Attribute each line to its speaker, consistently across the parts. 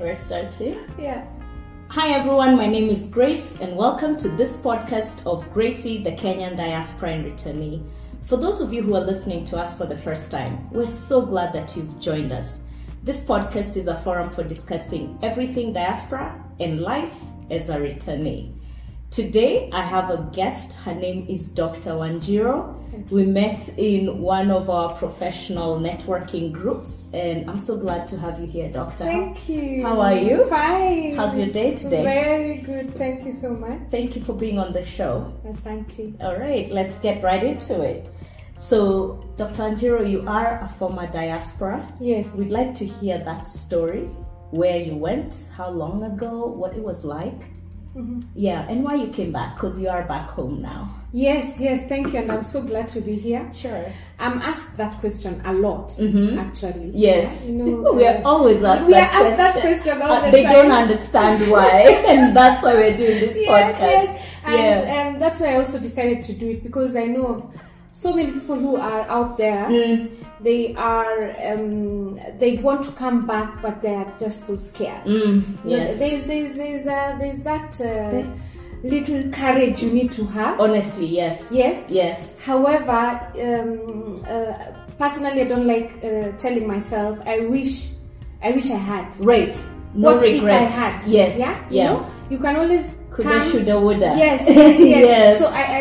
Speaker 1: We're starting.
Speaker 2: Yeah.
Speaker 1: Hi everyone, my name is Grace, and welcome to this podcast of Gracie, the Kenyan Diaspora and Returnee. For those of you who are listening to us for the first time, we're so glad that you've joined us. This podcast is a forum for discussing everything diaspora and life as a returnee. Today, I have a guest. Her name is Dr. Wanjiro. We met in one of our professional networking groups, and I'm so glad to have you here, Doctor.
Speaker 2: Thank you.
Speaker 1: How are you?
Speaker 2: Fine.
Speaker 1: How's your day today?
Speaker 2: Very good. Thank you so much.
Speaker 1: Thank you for being on the show.
Speaker 2: Asante.
Speaker 1: All right, let's get right into it. So, Dr. Anjiro, you are a former diaspora.
Speaker 2: Yes.
Speaker 1: We'd like to hear that story where you went, how long ago, what it was like.
Speaker 2: Mm-hmm.
Speaker 1: Yeah, and why you came back because you are back home now.
Speaker 2: Yes, yes. Thank you. And I'm so glad to be here.
Speaker 1: Sure.
Speaker 2: I'm asked that question a lot, actually.
Speaker 1: Mm-hmm. Yes.
Speaker 2: You know, uh,
Speaker 1: we are always asked
Speaker 2: we
Speaker 1: that
Speaker 2: are asked that question all
Speaker 1: but
Speaker 2: the
Speaker 1: they
Speaker 2: time.
Speaker 1: don't understand why, and that's why we're doing this
Speaker 2: yes,
Speaker 1: podcast.
Speaker 2: yes. And um, that's why I also decided to do it because I know of so many people who are out there.
Speaker 1: Mm.
Speaker 2: They are, um, they want to come back, but they are just so scared.
Speaker 1: Mm,
Speaker 2: You know,
Speaker 1: yes.
Speaker 2: There's, there's, there's, uh, there's that uh, little courage you need to
Speaker 1: Oh.
Speaker 2: have.
Speaker 1: Honestly, yes.
Speaker 2: Yes.
Speaker 1: Yes.
Speaker 2: However, um, uh, personally, I don't like uh, telling myself. I wish, I wish I had.
Speaker 1: Right. No
Speaker 2: what
Speaker 1: regrets.
Speaker 2: if I had?
Speaker 1: Yes.
Speaker 2: Yeah.
Speaker 1: Yeah.
Speaker 2: You know, you can always
Speaker 1: Coulda,
Speaker 2: come.
Speaker 1: shoulda, woulda.
Speaker 2: Yes, yes, yes.
Speaker 1: Yes.
Speaker 2: So I, I,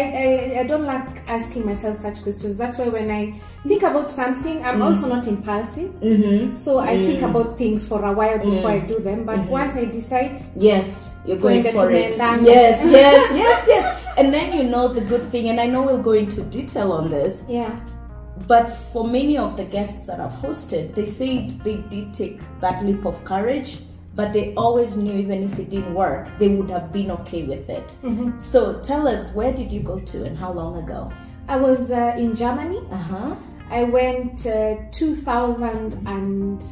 Speaker 2: I, I don't like asking myself such questions. That's why when I think about something,
Speaker 1: Mm.
Speaker 2: I'm also not impulsive.
Speaker 1: Mm-hmm.
Speaker 2: So I think about things for a while before
Speaker 1: Mm.
Speaker 2: I do them. But
Speaker 1: Mm-hmm.
Speaker 2: once I decide,
Speaker 1: Yes, you're going
Speaker 2: Tuende
Speaker 1: for it.
Speaker 2: tumeendana.
Speaker 1: Yes, yes, yes, yes. And then you know the good thing, and I know we'll go into detail on this,
Speaker 2: yeah,
Speaker 1: but for many of the guests that I've hosted, they said they did take that leap of courage, but they always knew even if it didn't work, they would have been okay with it.
Speaker 2: Mm-hmm.
Speaker 1: So tell us, where did you go to and how long ago?
Speaker 2: I was uh, in Germany.
Speaker 1: Uh huh.
Speaker 2: I went uh, 2000 and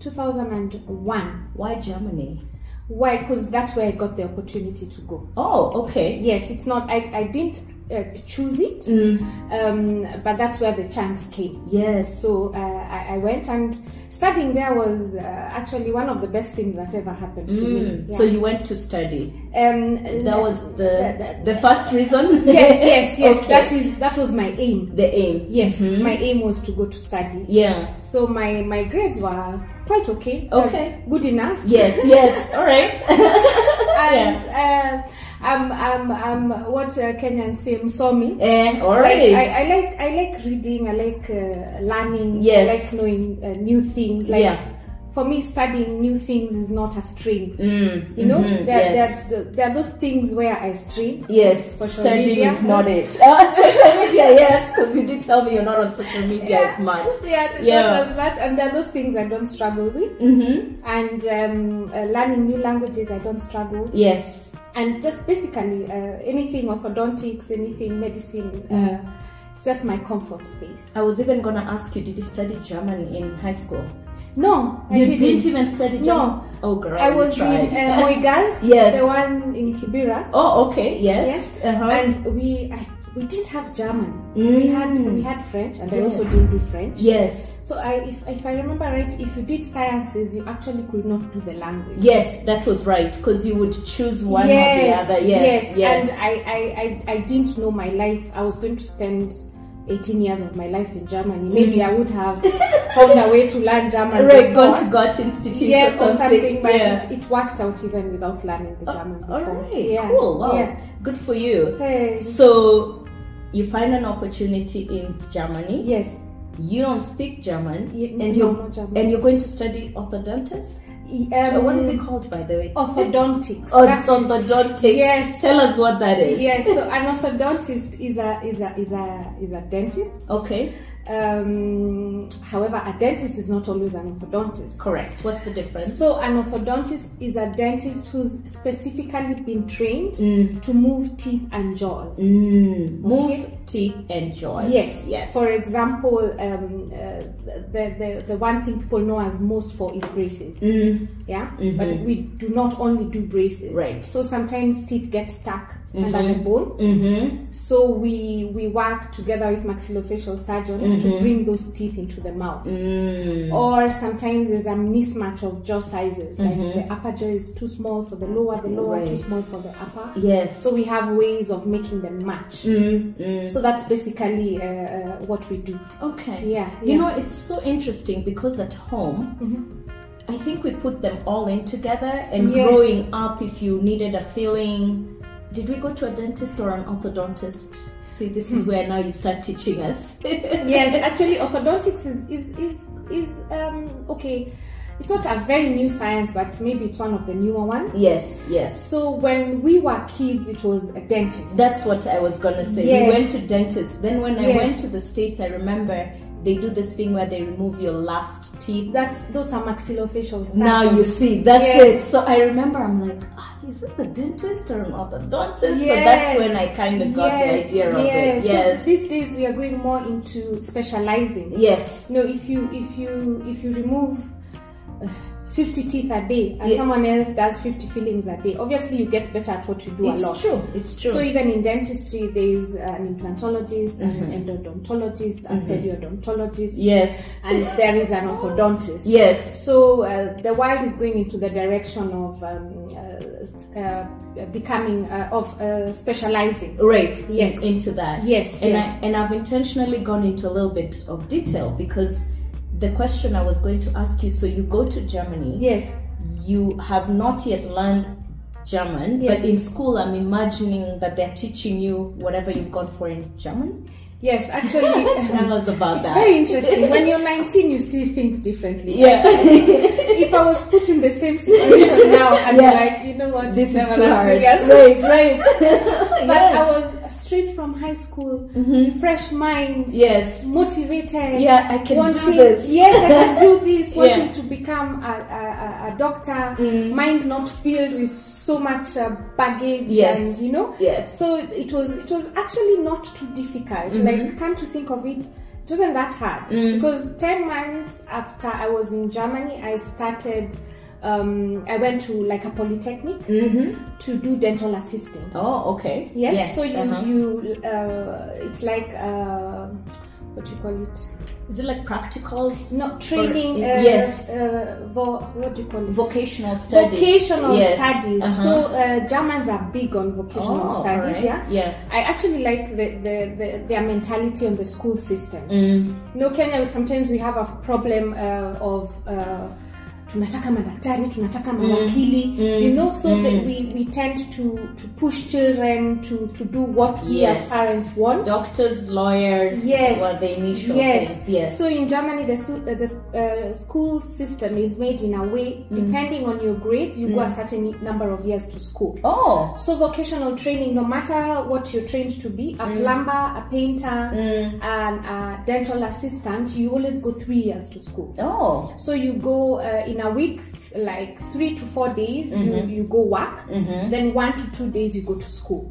Speaker 2: 2001.
Speaker 1: Why Germany?
Speaker 2: Why? Because that's where I got the opportunity to go.
Speaker 1: Oh, okay.
Speaker 2: Yes, it's not, I, I didn't uh, choose it, um, but that's where the chance came.
Speaker 1: Yes.
Speaker 2: So uh, I, I went and studying there was uh, actually one of the best things that ever happened to me.
Speaker 1: Mm. So you went to study.
Speaker 2: um,
Speaker 1: That was the
Speaker 2: the-
Speaker 1: the first reason.
Speaker 2: yes, yes, yes.
Speaker 1: Okay. Mm-hmm.
Speaker 2: That is that was my aim.
Speaker 1: the aim.
Speaker 2: Yes, my aim was to go to study.
Speaker 1: Yeah.
Speaker 2: So my my grades were quite okay.
Speaker 1: Okay.
Speaker 2: Uh, good enough.
Speaker 1: Yes. Yes. All right.
Speaker 2: And uh, um, um, um, what uh, Kenyans say, msomi.
Speaker 1: Eh, all
Speaker 2: Like,
Speaker 1: right.
Speaker 2: I, I like I like reading. I like uh, learning.
Speaker 1: Yes.
Speaker 2: I like knowing uh, new things. Like
Speaker 1: Yeah.
Speaker 2: for me, studying new things is not a strain.
Speaker 1: Mm,
Speaker 2: You know,
Speaker 1: mhm,
Speaker 2: there,
Speaker 1: yes.
Speaker 2: there, there are those things where I strain.
Speaker 1: Yes,
Speaker 2: social
Speaker 1: studying
Speaker 2: media.
Speaker 1: is not it. Uh, social media, yes, because you did tell me you're not on social media as much.
Speaker 2: Yeah,
Speaker 1: Yeah.
Speaker 2: not as much. And there are those things I don't struggle with.
Speaker 1: Mm-hmm.
Speaker 2: And um, uh, learning new languages, I don't struggle.
Speaker 1: Yes,
Speaker 2: and just basically uh, anything orthodontics, anything medicine. Uh, it's just my comfort space.
Speaker 1: I was even gonna ask you, did you study German in high school?
Speaker 2: No, I
Speaker 1: you
Speaker 2: didn't.
Speaker 1: even study German.
Speaker 2: No.
Speaker 1: oh girl,
Speaker 2: I
Speaker 1: you
Speaker 2: was in
Speaker 1: tried.
Speaker 2: uh, Moigans,
Speaker 1: Yes.
Speaker 2: the one in Kibera,
Speaker 1: oh, okay, yes,
Speaker 2: Yes.
Speaker 1: uh-huh.
Speaker 2: and we I, we didn't have German. We
Speaker 1: Mm.
Speaker 2: had we had French, and I
Speaker 1: Yes.
Speaker 2: also didn't do French.
Speaker 1: yes,
Speaker 2: So I, if if I remember right, if you did sciences, you actually could not do the language.
Speaker 1: yes, that was right, because you would choose one
Speaker 2: yes,
Speaker 1: or the other. Yes, yes,
Speaker 2: and I, I, I, I didn't know my life. I was going to spend 18 years of my life in Germany. Maybe I would have found a way to learn German.
Speaker 1: right,
Speaker 2: before.
Speaker 1: gone to Goethe Institute
Speaker 2: yes,
Speaker 1: or something.
Speaker 2: but
Speaker 1: yeah. Oh,
Speaker 2: it, it worked out even without learning the German before.
Speaker 1: All right,
Speaker 2: yeah.
Speaker 1: cool, wow,
Speaker 2: Yeah.
Speaker 1: good for you.
Speaker 2: Thanks.
Speaker 1: So you find an opportunity in Germany.
Speaker 2: Yes.
Speaker 1: You don't speak German,
Speaker 2: Ye-
Speaker 1: and
Speaker 2: no,
Speaker 1: you
Speaker 2: no German.
Speaker 1: and you're going to study orthodontist.
Speaker 2: E-
Speaker 1: Uh,
Speaker 2: Um,
Speaker 1: what is it called, by the way?
Speaker 2: Orthodontics. That is-
Speaker 1: Orthodontist.
Speaker 2: Yes.
Speaker 1: Tell us what that is.
Speaker 2: Yes, so an orthodontist is a is a is a is a dentist.
Speaker 1: Okay.
Speaker 2: Um, however, a dentist is not always an orthodontist.
Speaker 1: Correct. What's the difference?
Speaker 2: So an orthodontist is a dentist who's specifically been trained to move teeth and jaws.
Speaker 1: Mm, move
Speaker 2: Okay.
Speaker 1: teeth and jaws.
Speaker 2: Yes.
Speaker 1: Yes.
Speaker 2: For example, um, uh, the, the the one thing people know as most for is braces.
Speaker 1: Mm,
Speaker 2: Yeah. But we do not only do braces.
Speaker 1: Right.
Speaker 2: So sometimes teeth get stuck under the bone.
Speaker 1: Mm-hmm.
Speaker 2: So we we work together with maxillofacial surgeons
Speaker 1: Mm-hmm.
Speaker 2: to bring those teeth into the mouth.
Speaker 1: Mm.
Speaker 2: Or sometimes there's a mismatch of jaw sizes. Like the upper jaw is too small for the lower, the lower
Speaker 1: Mm-hmm.
Speaker 2: too
Speaker 1: Right.
Speaker 2: small for the upper.
Speaker 1: Yes.
Speaker 2: So we have ways of making them match.
Speaker 1: Mm, mm.
Speaker 2: So that's basically uh, uh, what we do.
Speaker 1: Okay.
Speaker 2: Yeah,
Speaker 1: You
Speaker 2: yeah. Mm-hmm.
Speaker 1: know, it's so interesting because at home, I think we put them all in together. And
Speaker 2: Yes.
Speaker 1: growing up, if you needed a filling, did we go to a dentist or an orthodontist? See, this
Speaker 2: Hmm.
Speaker 1: is where now you start teaching us.
Speaker 2: yes, actually, orthodontics is is is is um, okay. It's not a very new science, but maybe it's one of the newer ones.
Speaker 1: yes, yes.
Speaker 2: So when we were kids, it was a dentist.
Speaker 1: That's what I was gonna say.
Speaker 2: Yes.
Speaker 1: We went to dentists. Then when I
Speaker 2: Yes.
Speaker 1: went to the states, I remember they do this thing where they remove your last teeth.
Speaker 2: that's those are maxillofacial. Surgeons.
Speaker 1: Now you see, that's
Speaker 2: Yes.
Speaker 1: it. So I remember I'm like, ah, is this a dentist or an orthodontist? So
Speaker 2: Yes.
Speaker 1: that's when I kind of got
Speaker 2: yes,
Speaker 1: the idea
Speaker 2: yes.
Speaker 1: of it. Yes.
Speaker 2: So these days we are going more into specializing.
Speaker 1: yes.
Speaker 2: No, if you if you if you remove uh, 50 teeth a day and
Speaker 1: Yeah.
Speaker 2: someone else does 50 fillings a day, obviously you get better at what you do a lot.
Speaker 1: It's true. It's true.
Speaker 2: So even in dentistry, there's an implantologist,
Speaker 1: Mm-hmm.
Speaker 2: an endodontologist, a periodontologist,
Speaker 1: yes.
Speaker 2: and there is an orthodontist.
Speaker 1: Yes.
Speaker 2: So uh, the world is going into the direction of um, uh, s- uh, becoming uh, of uh, specializing.
Speaker 1: Right.
Speaker 2: Yes.
Speaker 1: In- into that.
Speaker 2: Yes,
Speaker 1: And
Speaker 2: yes.
Speaker 1: I, and I've intentionally gone into a little bit of detail because the question I was going to ask you. So you go to Germany.
Speaker 2: Yes,
Speaker 1: you have not yet learned German,
Speaker 2: Yes.
Speaker 1: but in school, I'm imagining that they're teaching you whatever you've gone for in German.
Speaker 2: yes. Actually,
Speaker 1: Tell us about
Speaker 2: it's
Speaker 1: that.
Speaker 2: very interesting. When you're 19, you see things differently.
Speaker 1: yeah.
Speaker 2: If I was put in the same situation now, I'd
Speaker 1: Yeah.
Speaker 2: be like, you know what,
Speaker 1: this
Speaker 2: never
Speaker 1: is too
Speaker 2: that
Speaker 1: hard.
Speaker 2: serious.
Speaker 1: Right, right.
Speaker 2: But
Speaker 1: yes.
Speaker 2: I was straight from high school, fresh mind,
Speaker 1: yes.
Speaker 2: motivated.
Speaker 1: Yeah, I can
Speaker 2: wanting,
Speaker 1: do this.
Speaker 2: Yes, I can do
Speaker 1: Yeah.
Speaker 2: this.
Speaker 1: Mm.
Speaker 2: Wanting to become a, a, a- a doctor, mind not filled with so much uh, baggage,
Speaker 1: Yes.
Speaker 2: and you know.
Speaker 1: Yes.
Speaker 2: So it was it was actually not too difficult.
Speaker 1: Mm-hmm.
Speaker 2: Like come to think of it, it wasn't that hard
Speaker 1: Mm.
Speaker 2: because ten months after I was in Germany, I started. Um, I went to like a polytechnic to do dental assisting.
Speaker 1: Mm-hmm. Oh, okay.
Speaker 2: Yes, so you
Speaker 1: uh-huh.
Speaker 2: you uh, it's like uh, what do you call it?
Speaker 1: Is it like practicals?
Speaker 2: not training.
Speaker 1: Or-
Speaker 2: uh,
Speaker 1: yes.
Speaker 2: Uh, vo- what do you call it?
Speaker 1: Vocational studies.
Speaker 2: vocational
Speaker 1: Yes.
Speaker 2: studies.
Speaker 1: Uh-huh.
Speaker 2: So uh, Germans are big on vocational
Speaker 1: Oh,
Speaker 2: studies.
Speaker 1: alright.
Speaker 2: Yeah.
Speaker 1: Yeah.
Speaker 2: I actually like the, the, the their mentality on the school system.
Speaker 1: Mm.
Speaker 2: No, Kenya sometimes we have a problem uh, of. Uh, tunataka madaktari tunataka
Speaker 1: Mm.
Speaker 2: mawakili you know so that we, we tend to, to push children to, to do what we as
Speaker 1: Yes.
Speaker 2: parents want
Speaker 1: Doctors, lawyers.
Speaker 2: Yes.
Speaker 1: Were the initial
Speaker 2: yes.
Speaker 1: things. Yes.
Speaker 2: So in Germany, the, su- uh, the s- uh, school system is made in a way,
Speaker 1: Mm.
Speaker 2: depending on your grades, you go a certain number of years to school.
Speaker 1: oh.
Speaker 2: So vocational training, no matter what you're trained to be, a
Speaker 1: Mm.
Speaker 2: plumber, a painter, and a dental assistant, you always go three years to school.
Speaker 1: Oh.
Speaker 2: So you go uh, in a week, like three to four days,
Speaker 1: Mm-hmm.
Speaker 2: you, you go work. Then one to two days, you go to school.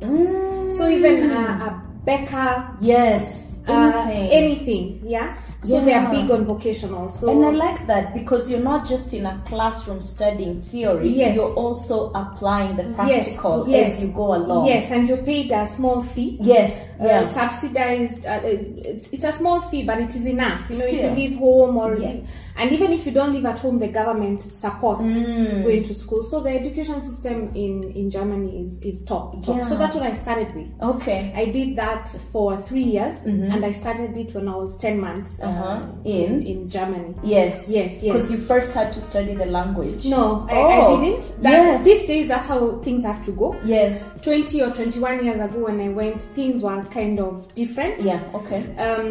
Speaker 2: So even uh, a baker,
Speaker 1: Mm. Yes.
Speaker 2: uh,
Speaker 1: Anything.
Speaker 2: anything yeah so they are
Speaker 1: Yeah.
Speaker 2: big on vocational so
Speaker 1: And I like that because you're not just in a classroom studying theory,
Speaker 2: Yes.
Speaker 1: you're also applying the practical
Speaker 2: yes.
Speaker 1: as you go along.
Speaker 2: yes and you paid a small fee
Speaker 1: Yes.
Speaker 2: uh,
Speaker 1: yeah.
Speaker 2: subsidized uh, uh, it's, it's a small fee but it is enough you know
Speaker 1: Still.
Speaker 2: if you leave home or
Speaker 1: Yeah.
Speaker 2: and even if you don't live at home the government supports
Speaker 1: Mm.
Speaker 2: going to school so the education system in in germany is is top, top. so
Speaker 1: Yeah.
Speaker 2: that's what i started with
Speaker 1: Okay.
Speaker 2: I did that for three years, and I started it when I was ten months uh,
Speaker 1: Mm-hmm. Uh-huh.
Speaker 2: in
Speaker 1: In?
Speaker 2: in Germany.
Speaker 1: Yes.
Speaker 2: Yes, yes.
Speaker 1: Because you first had to study the language.
Speaker 2: No, I, I
Speaker 1: Oh.
Speaker 2: didn't. That,
Speaker 1: Yes.
Speaker 2: These days, that's how things have to go.
Speaker 1: Yes.
Speaker 2: 20 or 21 years ago, when I went, things were kind of different.
Speaker 1: Yeah. Okay.
Speaker 2: Um,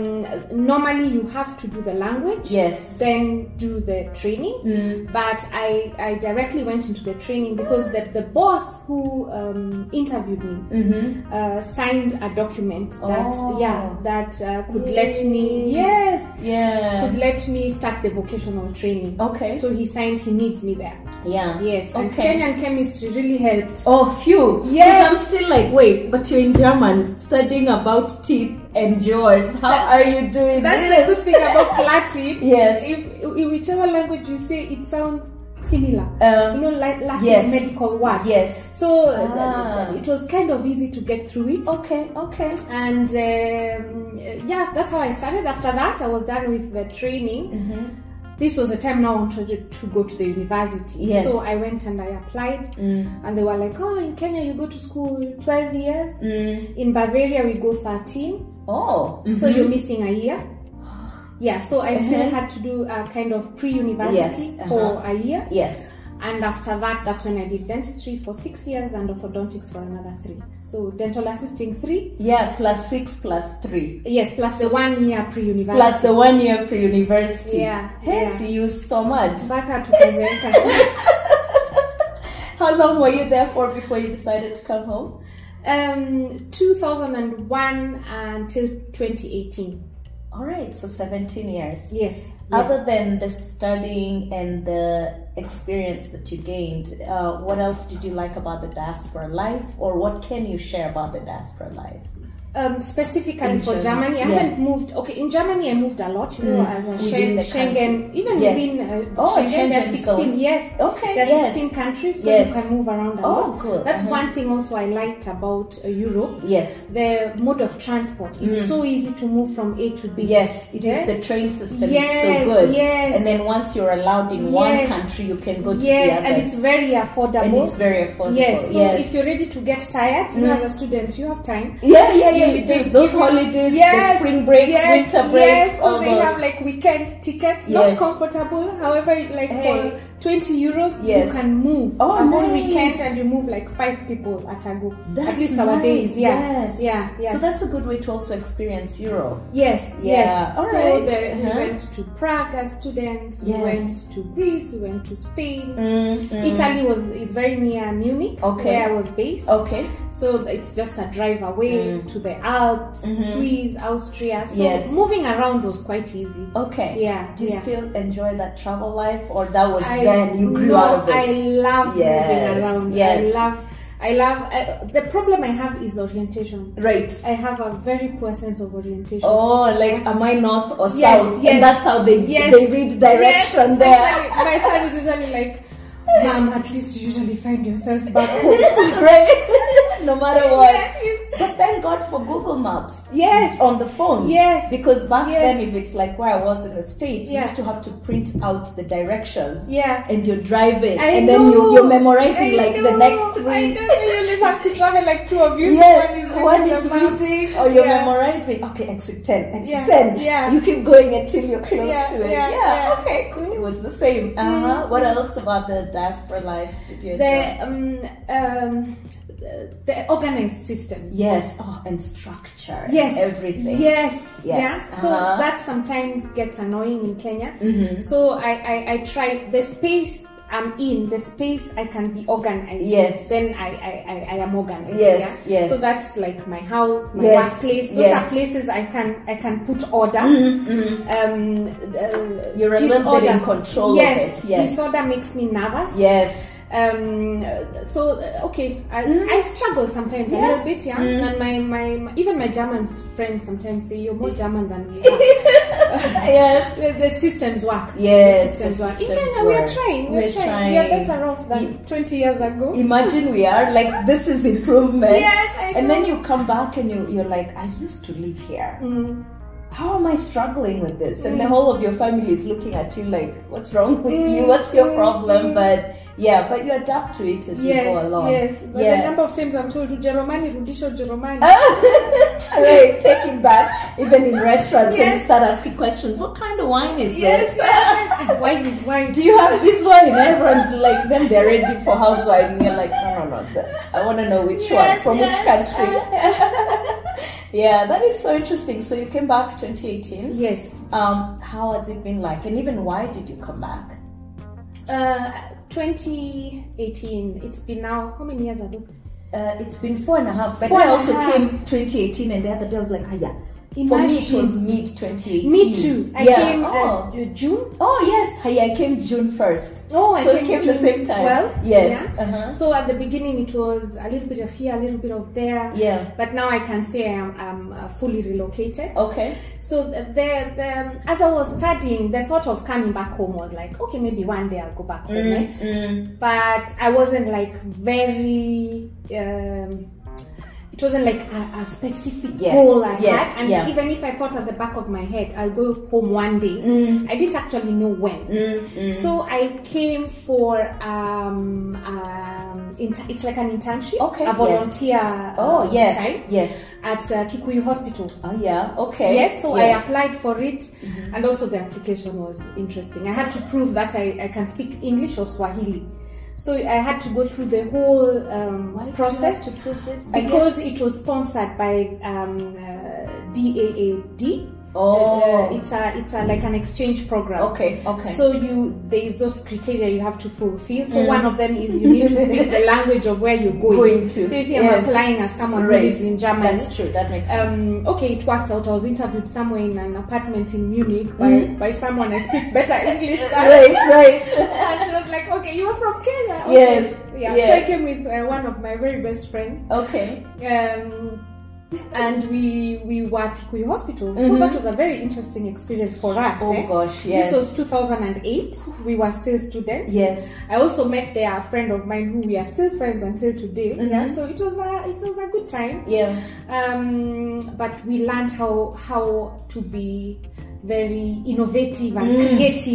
Speaker 2: normally, you have to do the language.
Speaker 1: Yes.
Speaker 2: Then do the training, but I, I directly went into the training because the, the boss who um, interviewed me
Speaker 1: Mm-hmm.
Speaker 2: uh, signed a document that
Speaker 1: Oh.
Speaker 2: yeah that uh, could let me
Speaker 1: Yay.
Speaker 2: yes
Speaker 1: Yeah.
Speaker 2: could let me start the vocational training.
Speaker 1: Okay.
Speaker 2: So he signed he needs me there.
Speaker 1: yeah.
Speaker 2: Yes, and
Speaker 1: Okay.
Speaker 2: Kenyan chemistry really helped.
Speaker 1: Oh, phew. 'Cause
Speaker 2: Yes.
Speaker 1: I'm still like, wait, but you're in German studying about teeth and jaws. How are you doing
Speaker 2: That's
Speaker 1: this?
Speaker 2: the good thing about Latin.
Speaker 1: Oh, Yes.
Speaker 2: If in whichever language you say, it sounds similar
Speaker 1: Um,
Speaker 2: you know like latin
Speaker 1: yes.
Speaker 2: medical words
Speaker 1: yes.
Speaker 2: so uh,
Speaker 1: Ah.
Speaker 2: it was kind of easy to get through it
Speaker 1: Okay. Okay.
Speaker 2: and um, uh, yeah that's how i started after that i was done with the training
Speaker 1: Mm-hmm.
Speaker 2: this was the time now i wanted to go to the university
Speaker 1: Yes.
Speaker 2: so i went and i applied
Speaker 1: Mm.
Speaker 2: and they were like oh in kenya you go to school 12 years
Speaker 1: Mm.
Speaker 2: in bavaria we go 13
Speaker 1: Oh.
Speaker 2: so you're missing a year yeah so i still
Speaker 1: Uh-huh.
Speaker 2: had to do a kind of pre-university
Speaker 1: Yes, uh-huh.
Speaker 2: for a year
Speaker 1: Yes.
Speaker 2: and after that that's when i did dentistry for six years and orthodontics for another three so dental assisting three
Speaker 1: Yeah. Plus six plus three.
Speaker 2: yes plus the one year pre-university
Speaker 1: Plus the one year pre-university.
Speaker 2: Yeah,
Speaker 1: Yes,
Speaker 2: yeah.
Speaker 1: you so much.
Speaker 2: Mpaka tukazeeka.
Speaker 1: How long were you there for before you decided to come home?
Speaker 2: um 2001 until 2018
Speaker 1: All right, so 17 years.
Speaker 2: yes
Speaker 1: Other than the studying and the experience that you gained, uh, what else did you like about the diaspora life, or what can you share about the diaspora life?
Speaker 2: um, specifically
Speaker 1: In
Speaker 2: for
Speaker 1: Germany.
Speaker 2: Germany, I
Speaker 1: Yeah.
Speaker 2: haven't moved. Okay, in Germany, I moved a lot, you know,
Speaker 1: Mm,
Speaker 2: as a
Speaker 1: within
Speaker 2: Schengen,
Speaker 1: the
Speaker 2: Schengen even
Speaker 1: Yes.
Speaker 2: within uh,
Speaker 1: Oh,
Speaker 2: Schengen, there are
Speaker 1: Schengen
Speaker 2: 16,
Speaker 1: zone.
Speaker 2: yes,
Speaker 1: Okay,
Speaker 2: there are
Speaker 1: yes.
Speaker 2: 16 countries, so
Speaker 1: Yes.
Speaker 2: you can move around a
Speaker 1: Oh,
Speaker 2: lot.
Speaker 1: good.
Speaker 2: That's
Speaker 1: Uh-huh.
Speaker 2: one thing also I liked about uh, Europe.
Speaker 1: Yes,
Speaker 2: The mode of transport, it's
Speaker 1: Mm.
Speaker 2: so easy to move from A to B.
Speaker 1: yes, it is.
Speaker 2: Yeah.
Speaker 1: The train system
Speaker 2: Yes,
Speaker 1: is so good.
Speaker 2: yes.
Speaker 1: And then once you're allowed in one
Speaker 2: Yes.
Speaker 1: country, you can go to
Speaker 2: Yes,
Speaker 1: the other.
Speaker 2: and it's very affordable.
Speaker 1: And it's very affordable.
Speaker 2: Yes, so
Speaker 1: yes.
Speaker 2: if you're ready to get tired, you know, as a student, you have time.
Speaker 1: yeah, yeah, yeah,
Speaker 2: You-
Speaker 1: you do.
Speaker 2: you-
Speaker 1: Those
Speaker 2: you-
Speaker 1: holidays, the
Speaker 2: Yes,
Speaker 1: spring breaks,
Speaker 2: yes,
Speaker 1: winter breaks,
Speaker 2: Yes,
Speaker 1: all
Speaker 2: so they
Speaker 1: those.
Speaker 2: have like weekend tickets,
Speaker 1: Yes.
Speaker 2: not comfortable. However, like
Speaker 1: Hey.
Speaker 2: for 20 euros,
Speaker 1: Yes.
Speaker 2: you can move
Speaker 1: Oh,
Speaker 2: a whole
Speaker 1: nice.
Speaker 2: weekend and you move like five people at a go.
Speaker 1: That's
Speaker 2: at least our days,
Speaker 1: nice,
Speaker 2: yeah.
Speaker 1: Yes.
Speaker 2: Yeah, yes.
Speaker 1: So that's a good way to also experience Europe.
Speaker 2: yes,
Speaker 1: Yeah,
Speaker 2: yes.
Speaker 1: all
Speaker 2: so
Speaker 1: right.
Speaker 2: the, we
Speaker 1: Uh-huh.
Speaker 2: went to Prague as students,
Speaker 1: Yes.
Speaker 2: we went to Greece, we went to Spain. Italy was is very near Munich,
Speaker 1: Okay. Oh.
Speaker 2: where I was based.
Speaker 1: Okay.
Speaker 2: So it's just a drive away to the Alps, Swiss, Austria. So
Speaker 1: Mm. Mm-hmm. Yes.
Speaker 2: moving around was quite easy.
Speaker 1: Okay.
Speaker 2: Yeah,
Speaker 1: Do you
Speaker 2: yeah.
Speaker 1: still enjoy that travel life, or that was
Speaker 2: I
Speaker 1: then you grew
Speaker 2: no,
Speaker 1: out of it?
Speaker 2: I love
Speaker 1: Yes,
Speaker 2: moving around.
Speaker 1: yes.
Speaker 2: I love. I love. I, the problem I have is orientation.
Speaker 1: right.
Speaker 2: I have a very poor sense of orientation.
Speaker 1: Oh, like am I north or
Speaker 2: Yes,
Speaker 1: south?
Speaker 2: yes.
Speaker 1: and that's how they
Speaker 2: Yes.
Speaker 1: they read direction
Speaker 2: Yes,
Speaker 1: there.
Speaker 2: exactly. My son is usually like, "Mom, at least you usually find yourself back home."
Speaker 1: right. no matter what.
Speaker 2: yes, he's-
Speaker 1: But thank God for Google Maps.
Speaker 2: yes,
Speaker 1: on the phone.
Speaker 2: Yes.
Speaker 1: Because back
Speaker 2: Yes.
Speaker 1: then, if it's like where I was in the States, you
Speaker 2: Yeah.
Speaker 1: used to have to print out the directions.
Speaker 2: yeah.
Speaker 1: And you're driving,
Speaker 2: I
Speaker 1: and then you,
Speaker 2: know.
Speaker 1: you're memorizing
Speaker 2: I
Speaker 1: like the
Speaker 2: know,
Speaker 1: next
Speaker 2: I
Speaker 1: three.
Speaker 2: know, so you always have to travel like two of you. so
Speaker 1: Yes,
Speaker 2: one is,
Speaker 1: one
Speaker 2: reading
Speaker 1: is
Speaker 2: the map.
Speaker 1: reading, or you're
Speaker 2: Yeah.
Speaker 1: memorizing. Okay, exit 10, exit
Speaker 2: Yeah,
Speaker 1: 10.
Speaker 2: yeah.
Speaker 1: You keep going until you're close
Speaker 2: Yeah,
Speaker 1: to it.
Speaker 2: yeah, yeah. Mm-hmm.
Speaker 1: okay, cool. It was the same. Uh-huh. What else about the diaspora life did you enjoy?
Speaker 2: the um, um, the the organized systems.
Speaker 1: yes, oh, and structure.
Speaker 2: Yes,
Speaker 1: And everything.
Speaker 2: Yes,
Speaker 1: Yes,
Speaker 2: yeah.
Speaker 1: uh-huh.
Speaker 2: So
Speaker 1: Mm-hmm.
Speaker 2: that sometimes gets annoying in Kenya. So I, I I try the space I'm in, the space I can be organized.
Speaker 1: Yes.
Speaker 2: Then I I, I, I am organized.
Speaker 1: Yes,
Speaker 2: yeah?
Speaker 1: yes.
Speaker 2: So that's like my house, my
Speaker 1: Yes,
Speaker 2: workplace. Those
Speaker 1: yes. Mm-hmm.
Speaker 2: are places I can I can put order. Um, uh,
Speaker 1: You're a little bit in control of
Speaker 2: Yes,
Speaker 1: it, yes.
Speaker 2: disorder makes me nervous.
Speaker 1: Yes.
Speaker 2: um uh, so uh, okay I,
Speaker 1: Mm.
Speaker 2: I struggle sometimes a little bit yeah and my, my my- even my german friends sometimes say you're more german than we are
Speaker 1: Yes.
Speaker 2: the, the systems work
Speaker 1: Yes,
Speaker 2: the systems
Speaker 1: the
Speaker 2: work
Speaker 1: systems
Speaker 2: in Kenya, we are
Speaker 1: work.
Speaker 2: trying
Speaker 1: We're
Speaker 2: we're trying. we are
Speaker 1: trying.
Speaker 2: better off than 20 years ago
Speaker 1: imagine we are like this is improvement
Speaker 2: Yes, I
Speaker 1: and then
Speaker 2: know.
Speaker 1: you come back and you, you're like i used to live here
Speaker 2: Mm.
Speaker 1: how am i struggling with this and the whole of your family is looking at you like what's wrong with
Speaker 2: Mm.
Speaker 1: you what's your problem but yeah but you adapt to it as you
Speaker 2: yes
Speaker 1: go along
Speaker 2: yes but the
Speaker 1: yeah Oh,
Speaker 2: number of times i'm told jeromani rudisho jeromani
Speaker 1: right take it back even in restaurants when you
Speaker 2: Yes.
Speaker 1: start asking questions what kind of wine is
Speaker 2: yes
Speaker 1: this
Speaker 2: yes, yes. wine is wine
Speaker 1: do you have this wine? And everyone's like, then they're ready for house wine. And you're like, no, no, no. the- I want to know which one,
Speaker 2: Yes,
Speaker 1: from
Speaker 2: yes,
Speaker 1: which country. yeah, that is so interesting. So you came back 2018.
Speaker 2: yes
Speaker 1: Um, how has it been like? And even why did you come back?
Speaker 2: uh 2018 it's been now how many years ago
Speaker 1: Uh, it's been four and a half, but
Speaker 2: Four
Speaker 1: I
Speaker 2: and a
Speaker 1: also
Speaker 2: half.
Speaker 1: came 2018, and the other day I was like, ah, yeah, For me, it
Speaker 2: Imagine.
Speaker 1: was mid 2018.
Speaker 2: Me too. I
Speaker 1: yeah.
Speaker 2: came
Speaker 1: oh.
Speaker 2: uh, June.
Speaker 1: oh, yes. I, I came June 1st.
Speaker 2: Oh, I
Speaker 1: so
Speaker 2: came,
Speaker 1: we came
Speaker 2: June
Speaker 1: the same time.
Speaker 2: 12.
Speaker 1: Yes.
Speaker 2: Yeah.
Speaker 1: Uh-huh.
Speaker 2: So at the beginning, it was a little bit of here, a little bit of there.
Speaker 1: Yeah.
Speaker 2: But now I can say I am I'm uh, fully relocated.
Speaker 1: Okay.
Speaker 2: So the, the as I was studying, the thought of coming back home was like, okay, maybe one day I'll go back home.
Speaker 1: Mm.
Speaker 2: right? mm, But I wasn't like very. Um, it wasn't like a, a specific
Speaker 1: Yes,
Speaker 2: goal I
Speaker 1: yes,
Speaker 2: had, and
Speaker 1: yeah.
Speaker 2: even if I thought at the back of my head I'll go home one day, I didn't actually know when. So I came for um, um inter- it's like an internship,
Speaker 1: Okay,
Speaker 2: a
Speaker 1: yes.
Speaker 2: volunteer.
Speaker 1: Oh,
Speaker 2: uh,
Speaker 1: yes.
Speaker 2: time
Speaker 1: Yes.
Speaker 2: at uh, Kikuyu Hospital.
Speaker 1: Oh, yeah. Okay.
Speaker 2: Yes, so I
Speaker 1: yes. Mm-hmm.
Speaker 2: applied for it, and also the application was interesting. I had to prove that I, I can speak English or Swahili. So I had to go through the whole um,
Speaker 1: Why did you
Speaker 2: process
Speaker 1: have to prove this? I
Speaker 2: because it was sponsored by um, uh, DAAD.
Speaker 1: Oh.
Speaker 2: Uh, it's a it's a, like an exchange program.
Speaker 1: Okay, okay. Mm.
Speaker 2: So you there is those criteria you have to fulfill. So one of them is you need to speak the language of where you're going.
Speaker 1: Going to,
Speaker 2: So you see, I'm
Speaker 1: yes.
Speaker 2: applying as someone
Speaker 1: Right.
Speaker 2: who lives in Germany
Speaker 1: That's true. That makes sense.
Speaker 2: um, okay, it worked out. I was interviewed somewhere in an apartment in Munich by, by someone I speak better English than.
Speaker 1: Mm. right.
Speaker 2: And she was like, okay, you are from Kenya. Okay.
Speaker 1: Yes,
Speaker 2: Yeah.
Speaker 1: yes.
Speaker 2: So I came with uh, one of my very best friends.
Speaker 1: Okay.
Speaker 2: Um, and we we were at Kikuyu Hospital. So that was a very interesting experience for us.
Speaker 1: Mm-hmm. Oh,
Speaker 2: eh?
Speaker 1: gosh, yes.
Speaker 2: This was 2008. We were still students.
Speaker 1: Yes.
Speaker 2: I also met there a friend of mine who we are still friends until today.
Speaker 1: Mm-hmm.
Speaker 2: Yeah, so it was a it was a good time
Speaker 1: Yeah.
Speaker 2: um, but we learned how how to be very innovative and
Speaker 1: Mm.
Speaker 2: creative.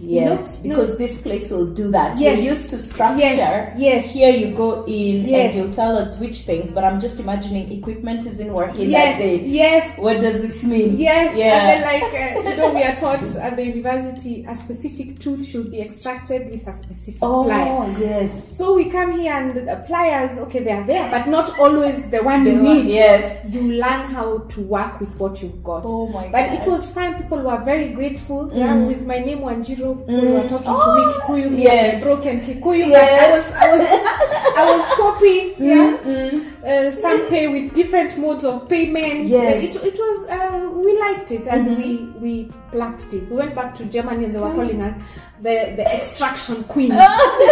Speaker 2: You know,
Speaker 1: Yes,
Speaker 2: you know,
Speaker 1: because this place will do that.
Speaker 2: Yes.
Speaker 1: You're used to structure.
Speaker 2: Yes, yes.
Speaker 1: Here you go in
Speaker 2: Yes.
Speaker 1: and you'll tell us which things, but I'm just imagining equipment isn't working
Speaker 2: yes,
Speaker 1: that day.
Speaker 2: yes,
Speaker 1: What does this mean?
Speaker 2: yes.
Speaker 1: Yeah.
Speaker 2: And then, like uh, you know, we are taught at the university a specific tooth should be extracted with a specific
Speaker 1: oh,
Speaker 2: plier.
Speaker 1: yes.
Speaker 2: So we come here and uh, pliers, okay, they are there, but not always the one you
Speaker 1: The one-
Speaker 2: need.
Speaker 1: yes.
Speaker 2: You learn how to work with what you've got.
Speaker 1: Oh my
Speaker 2: But
Speaker 1: God.
Speaker 2: it was fun. People were very grateful. Yeah,
Speaker 1: Mm.
Speaker 2: with my name Wanjiro, people were talking to me Kikuyu, me
Speaker 1: Oh, Yes.
Speaker 2: I'm a broken Kikuyu.
Speaker 1: Yes. Mm.
Speaker 2: But I was, I was, I was copying. Yeah,
Speaker 1: Mm-hmm.
Speaker 2: uh, some pay with different modes of payment.
Speaker 1: Yes. Mm-hmm.
Speaker 2: Uh, it, it was. Uh, we liked it, and we we plucked it. We went back to Germany, and they were
Speaker 1: Mm.
Speaker 2: calling us the the extraction queen.
Speaker 1: Oh,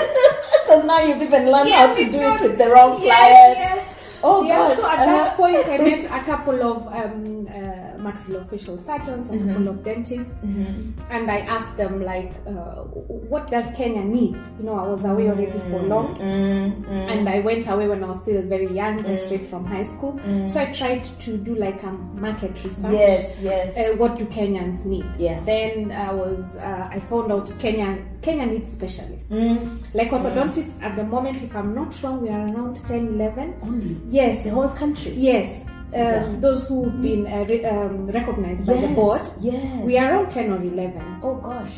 Speaker 1: Because now you've even learned
Speaker 2: Yeah,
Speaker 1: how to
Speaker 2: we
Speaker 1: do
Speaker 2: got-
Speaker 1: it with the wrong pliers.
Speaker 2: Yes, yes.
Speaker 1: Oh
Speaker 2: yeah,
Speaker 1: gosh.
Speaker 2: so at
Speaker 1: uh-huh.
Speaker 2: that point, I met a couple of um, uh, maxillofacial surgeons,
Speaker 1: Mm-hmm.
Speaker 2: a couple of
Speaker 1: Uh-huh.
Speaker 2: dentists, and I asked them like, uh, "What does Kenya need?" You know, I was away already
Speaker 1: Mm.
Speaker 2: for long,
Speaker 1: Mm-hmm.
Speaker 2: and I went away when I was still very young,
Speaker 1: Mm.
Speaker 2: just straight from high school. So I tried to do like a market research.
Speaker 1: Yes, yes.
Speaker 2: Uh, what do Kenyans need?
Speaker 1: Yeah.
Speaker 2: Then I was uh, I found out Kenya Kenya needs specialists.
Speaker 1: Mm-hmm.
Speaker 2: Like
Speaker 1: Mm.
Speaker 2: orthodontists at the moment, if I'm not wrong, we are around 10, 11.
Speaker 1: Only
Speaker 2: Yes,
Speaker 1: the whole country.
Speaker 2: Yes, um, those who've been uh, re- um, recognized by the board.
Speaker 1: Yes.
Speaker 2: We are around 10 or 11.
Speaker 1: Oh gosh.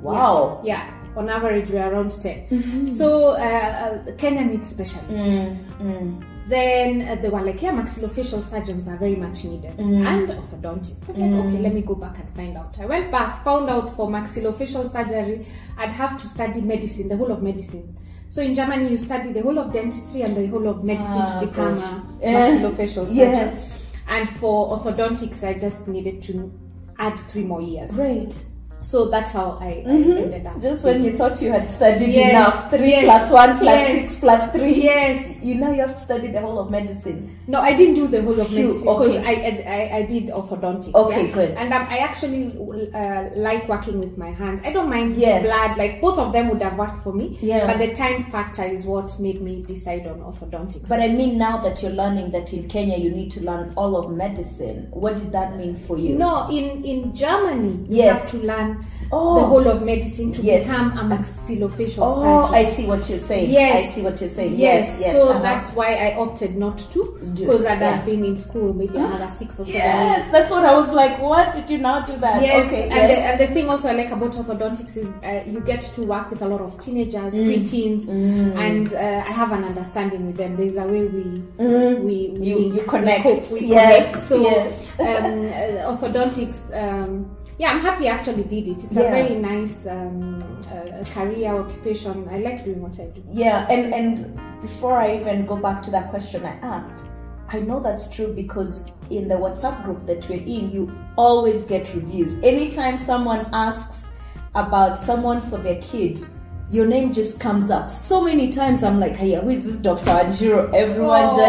Speaker 1: Wow.
Speaker 2: Yeah, on average, we are around 10.
Speaker 1: Hmm.
Speaker 2: So, uh, uh, Kenya needs specialists.
Speaker 1: Mm-hmm.
Speaker 2: Then uh, they were like, yeah, maxillofacial surgeons are very much needed
Speaker 1: Mm. Hmm.
Speaker 2: and orthodontists. I was like, okay, let me go back and find out. I went back, found out for maxillofacial surgery, I'd have to study medicine, the whole of medicine. So in Germany, you study the whole of dentistry and the whole of medicine
Speaker 1: Ah,
Speaker 2: to become a
Speaker 1: Eh,
Speaker 2: maxillofacial surgeon.
Speaker 1: yes.
Speaker 2: And for orthodontics, I just needed to add three more years.
Speaker 1: Great.
Speaker 2: So that's how I, I ended up.
Speaker 1: Mm-hmm. Just when you thought you had studied
Speaker 2: Yes,
Speaker 1: enough, three
Speaker 2: yes,
Speaker 1: plus one plus
Speaker 2: yes.
Speaker 1: six plus three.
Speaker 2: Yes.
Speaker 1: You know you have to study the whole of medicine.
Speaker 2: No, I didn't do the whole of medicine because
Speaker 1: okay.
Speaker 2: I, I I did orthodontics.
Speaker 1: Okay,
Speaker 2: yeah?
Speaker 1: good.
Speaker 2: And um, I actually uh, like working with my hands. I don't mind
Speaker 1: Yes.
Speaker 2: blood. Like both of them would have worked for me.
Speaker 1: Yeah.
Speaker 2: But the time factor is what made me decide on orthodontics.
Speaker 1: But I mean now that you're learning that in Kenya you need to learn all of medicine. What did that mean for you?
Speaker 2: no, in in Germany you
Speaker 1: Yes.
Speaker 2: have to learn
Speaker 1: Oh.
Speaker 2: the whole of medicine to
Speaker 1: Yes.
Speaker 2: become a maxillofacial
Speaker 1: Oh,
Speaker 2: surgeon.
Speaker 1: I see what you're saying.
Speaker 2: Yes.
Speaker 1: I see what you're saying.
Speaker 2: Yes,
Speaker 1: Yes. yes.
Speaker 2: so
Speaker 1: uh-huh.
Speaker 2: that's why I opted not to
Speaker 1: Do-
Speaker 2: because I'd
Speaker 1: yeah.
Speaker 2: have been in school maybe another six or seven years.
Speaker 1: Yes, that's what I was like. What did you now do that?
Speaker 2: Yes,
Speaker 1: Okay.
Speaker 2: and,
Speaker 1: yes.
Speaker 2: The, and the thing also I like about orthodontics is uh, you get to work with a lot of teenagers,
Speaker 1: Mm.
Speaker 2: preteens, and uh, I have an understanding with them. There's a way we we, we
Speaker 1: Mm. You-
Speaker 2: link,
Speaker 1: you
Speaker 2: we
Speaker 1: connect.
Speaker 2: cope, we
Speaker 1: Yes,
Speaker 2: connect. So
Speaker 1: yes.
Speaker 2: um, uh, orthodontics, um, yeah, I'm happy I actually did it. It's a
Speaker 1: Yeah.
Speaker 2: very nice um, uh, career occupation. I like doing what I do.
Speaker 1: Yeah, and and before I even go back to that question I asked, I know that's true because in the WhatsApp group that we're in, you always get reviews. Anytime someone asks about someone for their kid, your name just comes up so many times. I'm like, hey, who is this Dr. Anjiro? Everyone
Speaker 2: Oh.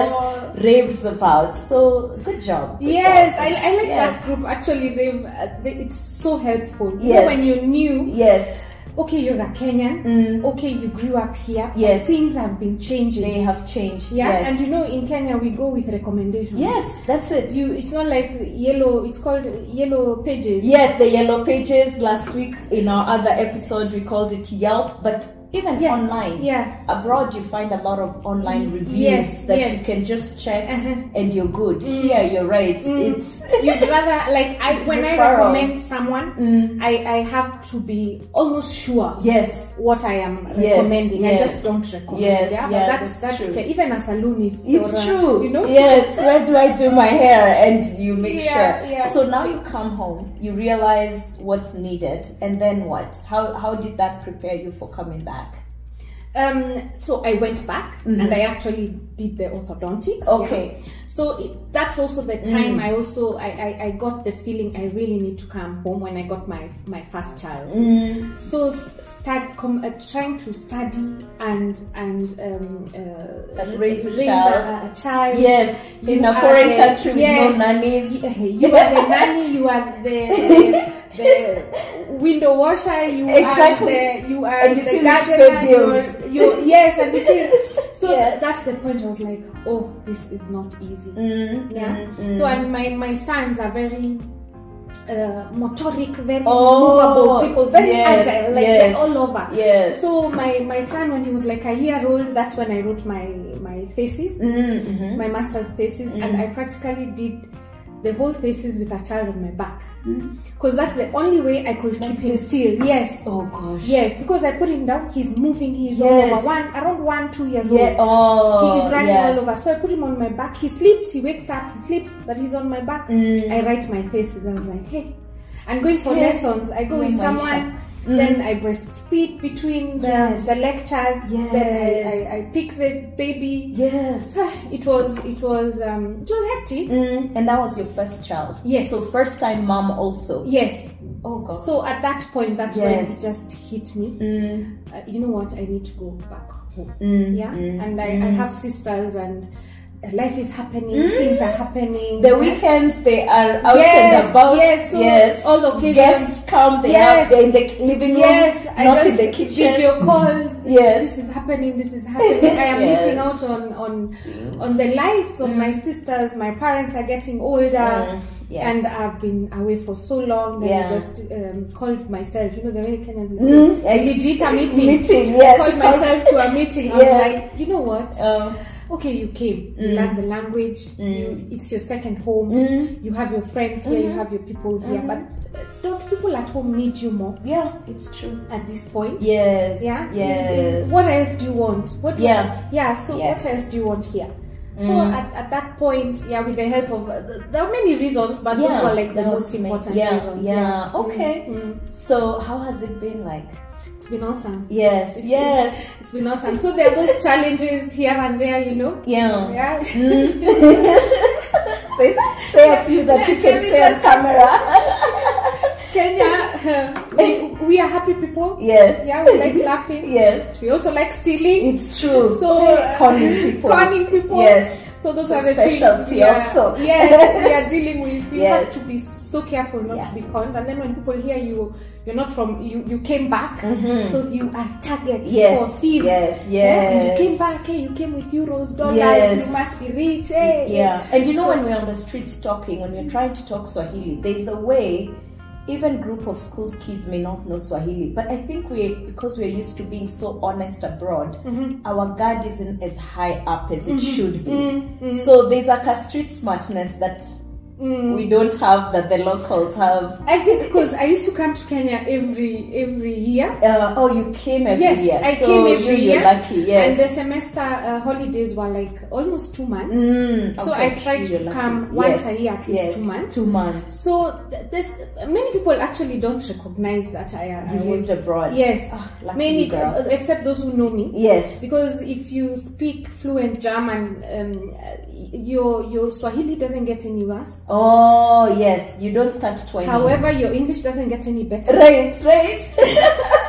Speaker 1: just raves about. So good job. good
Speaker 2: Yes,
Speaker 1: job.
Speaker 2: I, I like
Speaker 1: Yes.
Speaker 2: that group. Actually, they've uh, they, it's so helpful. You
Speaker 1: Yes.
Speaker 2: know, when you're new,
Speaker 1: Yes,
Speaker 2: okay, you're a Kenyan.
Speaker 1: Mm.
Speaker 2: Okay, you grew up here.
Speaker 1: Yes.
Speaker 2: things have been changing.
Speaker 1: they have changed.
Speaker 2: yeah,
Speaker 1: yes.
Speaker 2: and you know, in Kenya we go with recommendations.
Speaker 1: yes, that's it.
Speaker 2: you. It's not like yellow. It's called yellow pages.
Speaker 1: Yes, the yellow pages. Last week in our other episode, we called it Yelp, but even
Speaker 2: Yeah,
Speaker 1: online.
Speaker 2: yeah.
Speaker 1: Abroad, you find a lot of online reviews
Speaker 2: yes,
Speaker 1: that
Speaker 2: yes.
Speaker 1: you can just check
Speaker 2: Uh-huh. Mm.
Speaker 1: and you're good. Here, you're right. It's.
Speaker 2: You'd rather like I
Speaker 1: It's
Speaker 2: when I
Speaker 1: referrals.
Speaker 2: recommend someone, I I have to be almost sure.
Speaker 1: mm, Yes.
Speaker 2: What I am
Speaker 1: Yes,
Speaker 2: recommending,
Speaker 1: yes.
Speaker 2: I just don't recommend.
Speaker 1: Yes,
Speaker 2: yeah,
Speaker 1: yeah,
Speaker 2: but that's
Speaker 1: that's
Speaker 2: that's,
Speaker 1: true.
Speaker 2: ca- even a saloonist.
Speaker 1: It's
Speaker 2: or a-
Speaker 1: true.
Speaker 2: You know,
Speaker 1: Yes. Where do I do my hair? And you make
Speaker 2: Yeah,
Speaker 1: sure.
Speaker 2: yeah.
Speaker 1: So now you come home, you realize what's needed, and then what? How how did that prepare you for coming back?
Speaker 2: Um, so I went back and I actually did the orthodontics.
Speaker 1: Mm-hmm. Okay.
Speaker 2: yeah. So it, that's also the time
Speaker 1: Mm.
Speaker 2: I also I, I I got the feeling I really need to come home when I got my my first child.
Speaker 1: Mm.
Speaker 2: So s- start com- uh, trying to study and and um, uh,
Speaker 1: And raise a
Speaker 2: A,
Speaker 1: child.
Speaker 2: a child.
Speaker 1: Yes. In
Speaker 2: You
Speaker 1: a
Speaker 2: are
Speaker 1: foreign
Speaker 2: the-
Speaker 1: country with
Speaker 2: yes.
Speaker 1: no nannies.
Speaker 2: You are the nanny. You are the the, the window washer. You
Speaker 1: Exactly.
Speaker 2: are the you are
Speaker 1: And you
Speaker 2: the
Speaker 1: still need to pay
Speaker 2: gardener. You
Speaker 1: bills.
Speaker 2: are, you yes, and you still, so
Speaker 1: Yes.
Speaker 2: that's the point. I was like, oh, this is not easy.
Speaker 1: Mm,
Speaker 2: Yeah.
Speaker 1: mm, mm.
Speaker 2: So and my my sons are very. Uh, motoric, very
Speaker 1: Oh,
Speaker 2: movable people, very
Speaker 1: yes,
Speaker 2: agile, like
Speaker 1: yes.
Speaker 2: they're all over.
Speaker 1: yes.
Speaker 2: So my my son, when he was like a year old, that's when I wrote my my thesis
Speaker 1: Mm, mhm.
Speaker 2: my master's thesis and
Speaker 1: Mm-hmm.
Speaker 2: I practically did the whole thesis with a child on my back
Speaker 1: Mm-hmm.
Speaker 2: because that's the only way I could keep him still. Yes,
Speaker 1: Oh gosh.
Speaker 2: yes, because I put him down, he's moving, he's
Speaker 1: Yes.
Speaker 2: all over one, around one, two years
Speaker 1: Yeah.
Speaker 2: old.
Speaker 1: Oh.
Speaker 2: He is running
Speaker 1: yeah.
Speaker 2: all over, so I put him on my back. He sleeps, he wakes up, he sleeps, but he's on my back.
Speaker 1: Mm.
Speaker 2: I write my thesis. I was like, hey, I'm going for
Speaker 1: Yeah.
Speaker 2: lessons. I go with
Speaker 1: Maisha.
Speaker 2: someone. Then I breastfeed between the,
Speaker 1: Mm. Yes.
Speaker 2: the lectures.
Speaker 1: Yes.
Speaker 2: Then I, I, I pick the baby.
Speaker 1: Yes.
Speaker 2: It was it was um, it was hectic.
Speaker 1: Mm, and that was your first child.
Speaker 2: Yes.
Speaker 1: So first time mom also.
Speaker 2: Yes.
Speaker 1: Oh god.
Speaker 2: So at that point, that's when
Speaker 1: Yes.
Speaker 2: it just hit me.
Speaker 1: Mm,
Speaker 2: Uh, you know what? I need to go back home.
Speaker 1: mm,
Speaker 2: Yeah.
Speaker 1: mm.
Speaker 2: And I, I have sisters, and uh, life is happening. Things are happening.
Speaker 1: Mm. The weekends they are out
Speaker 2: Yes,
Speaker 1: and about.
Speaker 2: yes, so
Speaker 1: yes.
Speaker 2: all occasions.
Speaker 1: Guests come. They have.
Speaker 2: Yes.
Speaker 1: They're in the living room.
Speaker 2: Yes, I
Speaker 1: Not
Speaker 2: just
Speaker 1: in the kitchen.
Speaker 2: video calls.
Speaker 1: Yes.
Speaker 2: This is happening. This is happening. I am
Speaker 1: Yes.
Speaker 2: missing out on on on the lives of my sisters. My parents are getting older.
Speaker 1: Mm, yes.
Speaker 2: And I've been away for so long that
Speaker 1: Yeah.
Speaker 2: I just um, called myself, you know, the way Kenyans would
Speaker 1: Mm,
Speaker 2: say,
Speaker 1: and-
Speaker 2: a legit a meeting.
Speaker 1: Meeting, yes,
Speaker 2: I called
Speaker 1: because-
Speaker 2: myself to a meeting. I
Speaker 1: Yeah.
Speaker 2: was like, you know what?
Speaker 1: Um,
Speaker 2: okay, you came, you learned
Speaker 1: Mm.
Speaker 2: the language, you, it's your second home, you have your friends here,
Speaker 1: Mm-hmm.
Speaker 2: you have your people here, but uh, don't people at home need you more
Speaker 1: yeah, it's true.
Speaker 2: at this point?
Speaker 1: Yes.
Speaker 2: Yeah. Is-
Speaker 1: Yes.
Speaker 2: is- what else do you want? What? Do
Speaker 1: Yeah.
Speaker 2: You, yeah. So
Speaker 1: Yes. Mm-hmm.
Speaker 2: what else do you want here? So at, at that point, yeah, with the help of uh, th- there are many reasons, but
Speaker 1: Yeah,
Speaker 2: those were like the
Speaker 1: that was
Speaker 2: most
Speaker 1: ma-
Speaker 2: important
Speaker 1: yeah,
Speaker 2: reasons.
Speaker 1: yeah.
Speaker 2: Mm,
Speaker 1: Okay.
Speaker 2: mm.
Speaker 1: So how has it been like?
Speaker 2: It's been awesome.
Speaker 1: Yes.
Speaker 2: It's-
Speaker 1: yes.
Speaker 2: it's- it's been awesome. So there are those challenges here and there, you know.
Speaker 1: yeah.
Speaker 2: Yeah.
Speaker 1: Say, say a few that you
Speaker 2: Let
Speaker 1: can
Speaker 2: me
Speaker 1: say on
Speaker 2: just-
Speaker 1: camera.
Speaker 2: Kenya, we, we are happy people.
Speaker 1: Yes.
Speaker 2: Yeah, we like laughing.
Speaker 1: Yes.
Speaker 2: We also like stealing,
Speaker 1: It's true.
Speaker 2: So, uh,
Speaker 1: conning people.
Speaker 2: conning people.
Speaker 1: Yes.
Speaker 2: So those
Speaker 1: It's a
Speaker 2: are the
Speaker 1: specialty
Speaker 2: things we are,
Speaker 1: also.
Speaker 2: yes, we are dealing with. You
Speaker 1: Yes.
Speaker 2: have to be so careful not
Speaker 1: Yeah.
Speaker 2: to be conned. And then when people hear you, you're not from. You you came back, so you are target
Speaker 1: Mm-hmm. Yes.
Speaker 2: for thieves.
Speaker 1: Yes.
Speaker 2: Yeah, and
Speaker 1: Yes.
Speaker 2: you came back. Hey, you came with euros, dollars.
Speaker 1: Yes.
Speaker 2: You must be rich. Hey.
Speaker 1: Yeah. And you know,
Speaker 2: So-
Speaker 1: when we're on the streets talking, when we're trying to talk Swahili, there's a way. Even group of schools kids may not know Swahili, but I think we, because we're used to being so honest abroad,
Speaker 2: Mm-hmm.
Speaker 1: our guard
Speaker 2: Mm-hmm.
Speaker 1: isn't as high up as it should be. So there's like a street smartness that we
Speaker 2: Mm.
Speaker 1: don't have that the locals have.
Speaker 2: Mm-hmm. I think because I used to come to Kenya every every year.
Speaker 1: Uh, oh, you came every
Speaker 2: Yes,
Speaker 1: year.
Speaker 2: I
Speaker 1: so
Speaker 2: came every
Speaker 1: you,
Speaker 2: year.
Speaker 1: You're lucky,
Speaker 2: And
Speaker 1: yes.
Speaker 2: the semester uh, holidays were like almost two months.
Speaker 1: Mm,
Speaker 2: So
Speaker 1: okay,
Speaker 2: I tried
Speaker 1: you're
Speaker 2: to
Speaker 1: lucky.
Speaker 2: come
Speaker 1: Yes,
Speaker 2: once a year, at least
Speaker 1: yes,
Speaker 2: two months.
Speaker 1: Two months.
Speaker 2: So th- there's many people actually don't recognize that I, I
Speaker 1: You
Speaker 2: was
Speaker 1: lived abroad.
Speaker 2: yes
Speaker 1: Ah, lucky
Speaker 2: many
Speaker 1: girl.
Speaker 2: uh, except those who know me
Speaker 1: Yes.
Speaker 2: because if you speak fluent German um, uh, your your Swahili doesn't get any worse
Speaker 1: Oh, yes. You don't start twice.
Speaker 2: however your English doesn't get any better
Speaker 1: Right, right.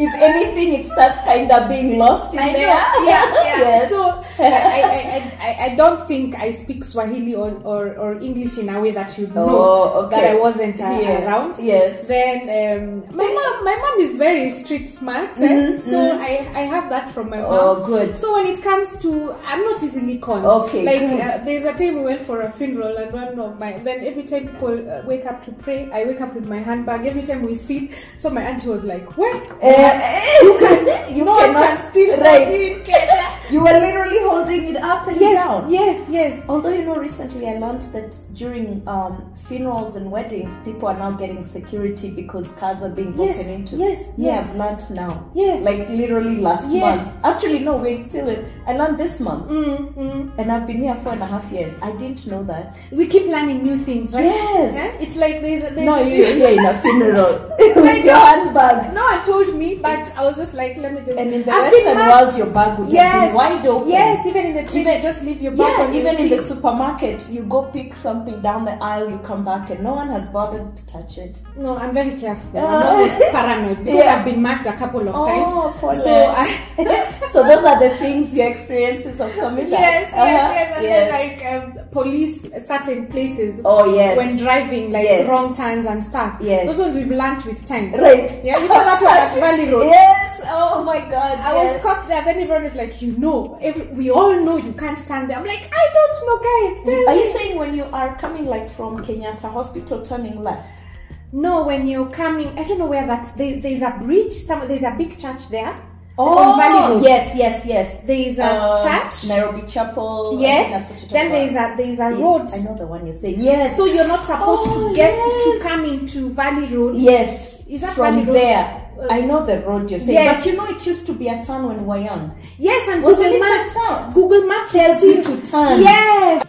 Speaker 1: if anything, it starts kind of being lost in
Speaker 2: I know.
Speaker 1: there.
Speaker 2: Yeah, yeah.
Speaker 1: Yes.
Speaker 2: So I, I, I- I, I don't think I speak Swahili or, or, or English in a way that you know
Speaker 1: Oh, okay.
Speaker 2: that I wasn't uh,
Speaker 1: Yeah.
Speaker 2: around.
Speaker 1: Yes.
Speaker 2: Then um, my mom, my mom is very street smart, eh?
Speaker 1: Mm,
Speaker 2: so
Speaker 1: mm.
Speaker 2: I, I have that from my mom.
Speaker 1: Oh, good.
Speaker 2: So when it comes to, I'm not easily conned.
Speaker 1: Okay,
Speaker 2: Like
Speaker 1: good.
Speaker 2: uh, there's a time we went for a funeral and one of my. Then every time people uh, wake up to pray, I wake up with my handbag. Every time we sit, so my auntie was like, "Where?
Speaker 1: Eh, you can, you
Speaker 2: no one
Speaker 1: cannot,
Speaker 2: can steal
Speaker 1: right.
Speaker 2: from me in Kenya."
Speaker 1: You were literally holding it up and
Speaker 2: yes,
Speaker 1: down.
Speaker 2: yes, yes.
Speaker 1: Although you know, recently I learned that during um, funerals and weddings, people are now getting security because cars are being broken
Speaker 2: Yes,
Speaker 1: into.
Speaker 2: yes,
Speaker 1: yeah,
Speaker 2: yes.
Speaker 1: I've learned now.
Speaker 2: Yes.
Speaker 1: like literally last
Speaker 2: Yes.
Speaker 1: month. Actually, no, wait, still, uh, I learned this month,
Speaker 2: Mm, mm.
Speaker 1: and I've been here four and a half years. I didn't know that.
Speaker 2: We keep learning new things, right?
Speaker 1: Yes.
Speaker 2: Eh? It's like there's a, there's
Speaker 1: No,
Speaker 2: a
Speaker 1: you're here in a funeral with your handbag,
Speaker 2: No one told me, but I was just like, let me just.
Speaker 1: and in the
Speaker 2: I've been
Speaker 1: Western
Speaker 2: mar-
Speaker 1: world, your bag would
Speaker 2: Yes.
Speaker 1: have been wide open.
Speaker 2: Yes, even in the train,
Speaker 1: Even-
Speaker 2: you just leave your bag
Speaker 1: Yeah,
Speaker 2: on
Speaker 1: even
Speaker 2: your
Speaker 1: in the
Speaker 2: seat.
Speaker 1: supermarket, you go pick something down the aisle, you come back, and no one has bothered to touch it.
Speaker 2: No, I'm very careful.
Speaker 1: Ah.
Speaker 2: I'm always paranoid because
Speaker 1: Yeah. Oh,
Speaker 2: I've been marked a couple of times.
Speaker 1: Paula.
Speaker 2: So I.
Speaker 1: so those are the things your experiences of coming back.
Speaker 2: Yes,
Speaker 1: Uh-huh.
Speaker 2: yes, yes, and
Speaker 1: Yes.
Speaker 2: then like um, police certain places
Speaker 1: oh yes.
Speaker 2: when driving, like
Speaker 1: Yes.
Speaker 2: wrong turns and stuff.
Speaker 1: Yes.
Speaker 2: Those ones we've learnt with time.
Speaker 1: right.
Speaker 2: Yeah, you know that one at Valley Road.
Speaker 1: Yes. Oh my God.
Speaker 2: I
Speaker 1: yes.
Speaker 2: was caught there. Then everyone is like, you know, every, we all know you can't turn there. I'm like, I don't know, guys. Tell
Speaker 1: Are you
Speaker 2: me.
Speaker 1: saying when you are coming like from Kenyatta Hospital, turning left?
Speaker 2: No, when you're coming, I don't know where that. There, there's a bridge. Some there's a big church there. on Oh, Valley Road.
Speaker 1: Oh, Yes, yes, yes.
Speaker 2: There's a
Speaker 1: Um,
Speaker 2: church.
Speaker 1: Nairobi Chapel. I think that's what
Speaker 2: yes.
Speaker 1: you're
Speaker 2: Then
Speaker 1: talking
Speaker 2: there's
Speaker 1: about.
Speaker 2: a there's a
Speaker 1: Yeah,
Speaker 2: road.
Speaker 1: I know the one you're saying. Yes.
Speaker 2: So you're not supposed
Speaker 1: Oh,
Speaker 2: to get
Speaker 1: yes.
Speaker 2: to come into Valley Road.
Speaker 1: Yes.
Speaker 2: Is that
Speaker 1: from
Speaker 2: Valley Road?
Speaker 1: there?
Speaker 2: Uh,
Speaker 1: I know the road you're saying,
Speaker 2: yes.
Speaker 1: but you know it used to be a town when we were young.
Speaker 2: Yes, and
Speaker 1: Was
Speaker 2: Google
Speaker 1: it a
Speaker 2: Maps.
Speaker 1: town?
Speaker 2: Google Maps
Speaker 1: Tells you to turn.
Speaker 2: Yes.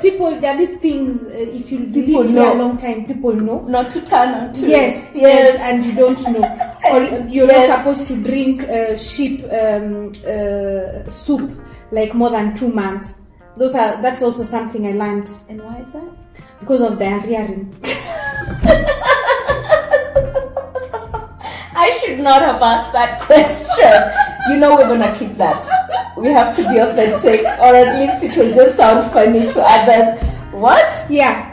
Speaker 2: People, there are these things. Uh, if you
Speaker 1: People
Speaker 2: lived here a
Speaker 1: know.
Speaker 2: long time, people know.
Speaker 1: Not to turn on to.
Speaker 2: Yes, yes,
Speaker 1: yes.
Speaker 2: and you don't know, or you're
Speaker 1: Yes.
Speaker 2: not supposed to drink uh, sheep um, uh, soup like more than two months. Those are that's also something I learned
Speaker 1: And why is that?
Speaker 2: because of diarrhea.
Speaker 1: I should not have asked that question. you know we're gonna keep that. We have to be authentic, or at least it will just sound funny to others. What?
Speaker 2: Yeah,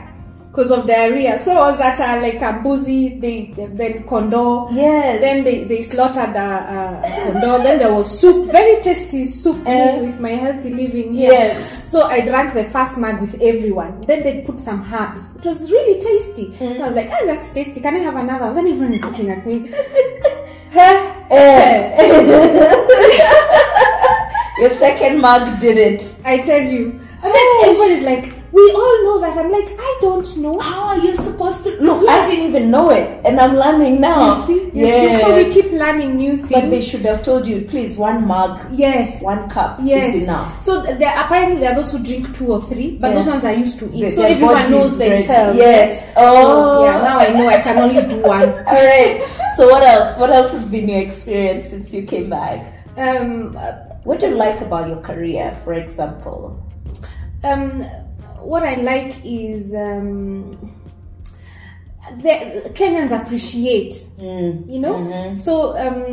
Speaker 2: because of diarrhea. So I was at uh, like a boozy, they, they- then condor.
Speaker 1: Yes.
Speaker 2: Then they, they slaughtered a, a condor. then there was soup, very tasty soup me
Speaker 1: Eh?
Speaker 2: with my healthy living here.
Speaker 1: Yes.
Speaker 2: So I drank the first mug with everyone. Then they put some herbs. It was really tasty.
Speaker 1: Mm.
Speaker 2: And I was like, ah, that's tasty. Can I have another? Then everyone is looking at me.
Speaker 1: Eh. Your second mug did it.
Speaker 2: I tell you. And then everyone is like, we all know that. I'm like, I don't know.
Speaker 1: How are you supposed to look? I didn't even know it, and I'm learning now.
Speaker 2: You see, you
Speaker 1: Oh, Yes.
Speaker 2: see, so we keep learning new things.
Speaker 1: But they should have told you, please, one mug,
Speaker 2: yes,
Speaker 1: one cup
Speaker 2: yes.
Speaker 1: is enough.
Speaker 2: So th- there apparently there are those who drink two or three, but
Speaker 1: Yeah.
Speaker 2: those ones are used to eat.
Speaker 1: The-
Speaker 2: so
Speaker 1: their
Speaker 2: everyone
Speaker 1: body
Speaker 2: knows
Speaker 1: is ready.
Speaker 2: themselves.
Speaker 1: Yes.
Speaker 2: So,
Speaker 1: Oh.
Speaker 2: yeah, now I know I can only do one.
Speaker 1: All right. So what else? What else has been your experience since you came back?
Speaker 2: Um, uh,
Speaker 1: What do you like about your career, for example?
Speaker 2: um, what I like is um, the Kenyans appreciate,
Speaker 1: Hmm.
Speaker 2: you know. So um,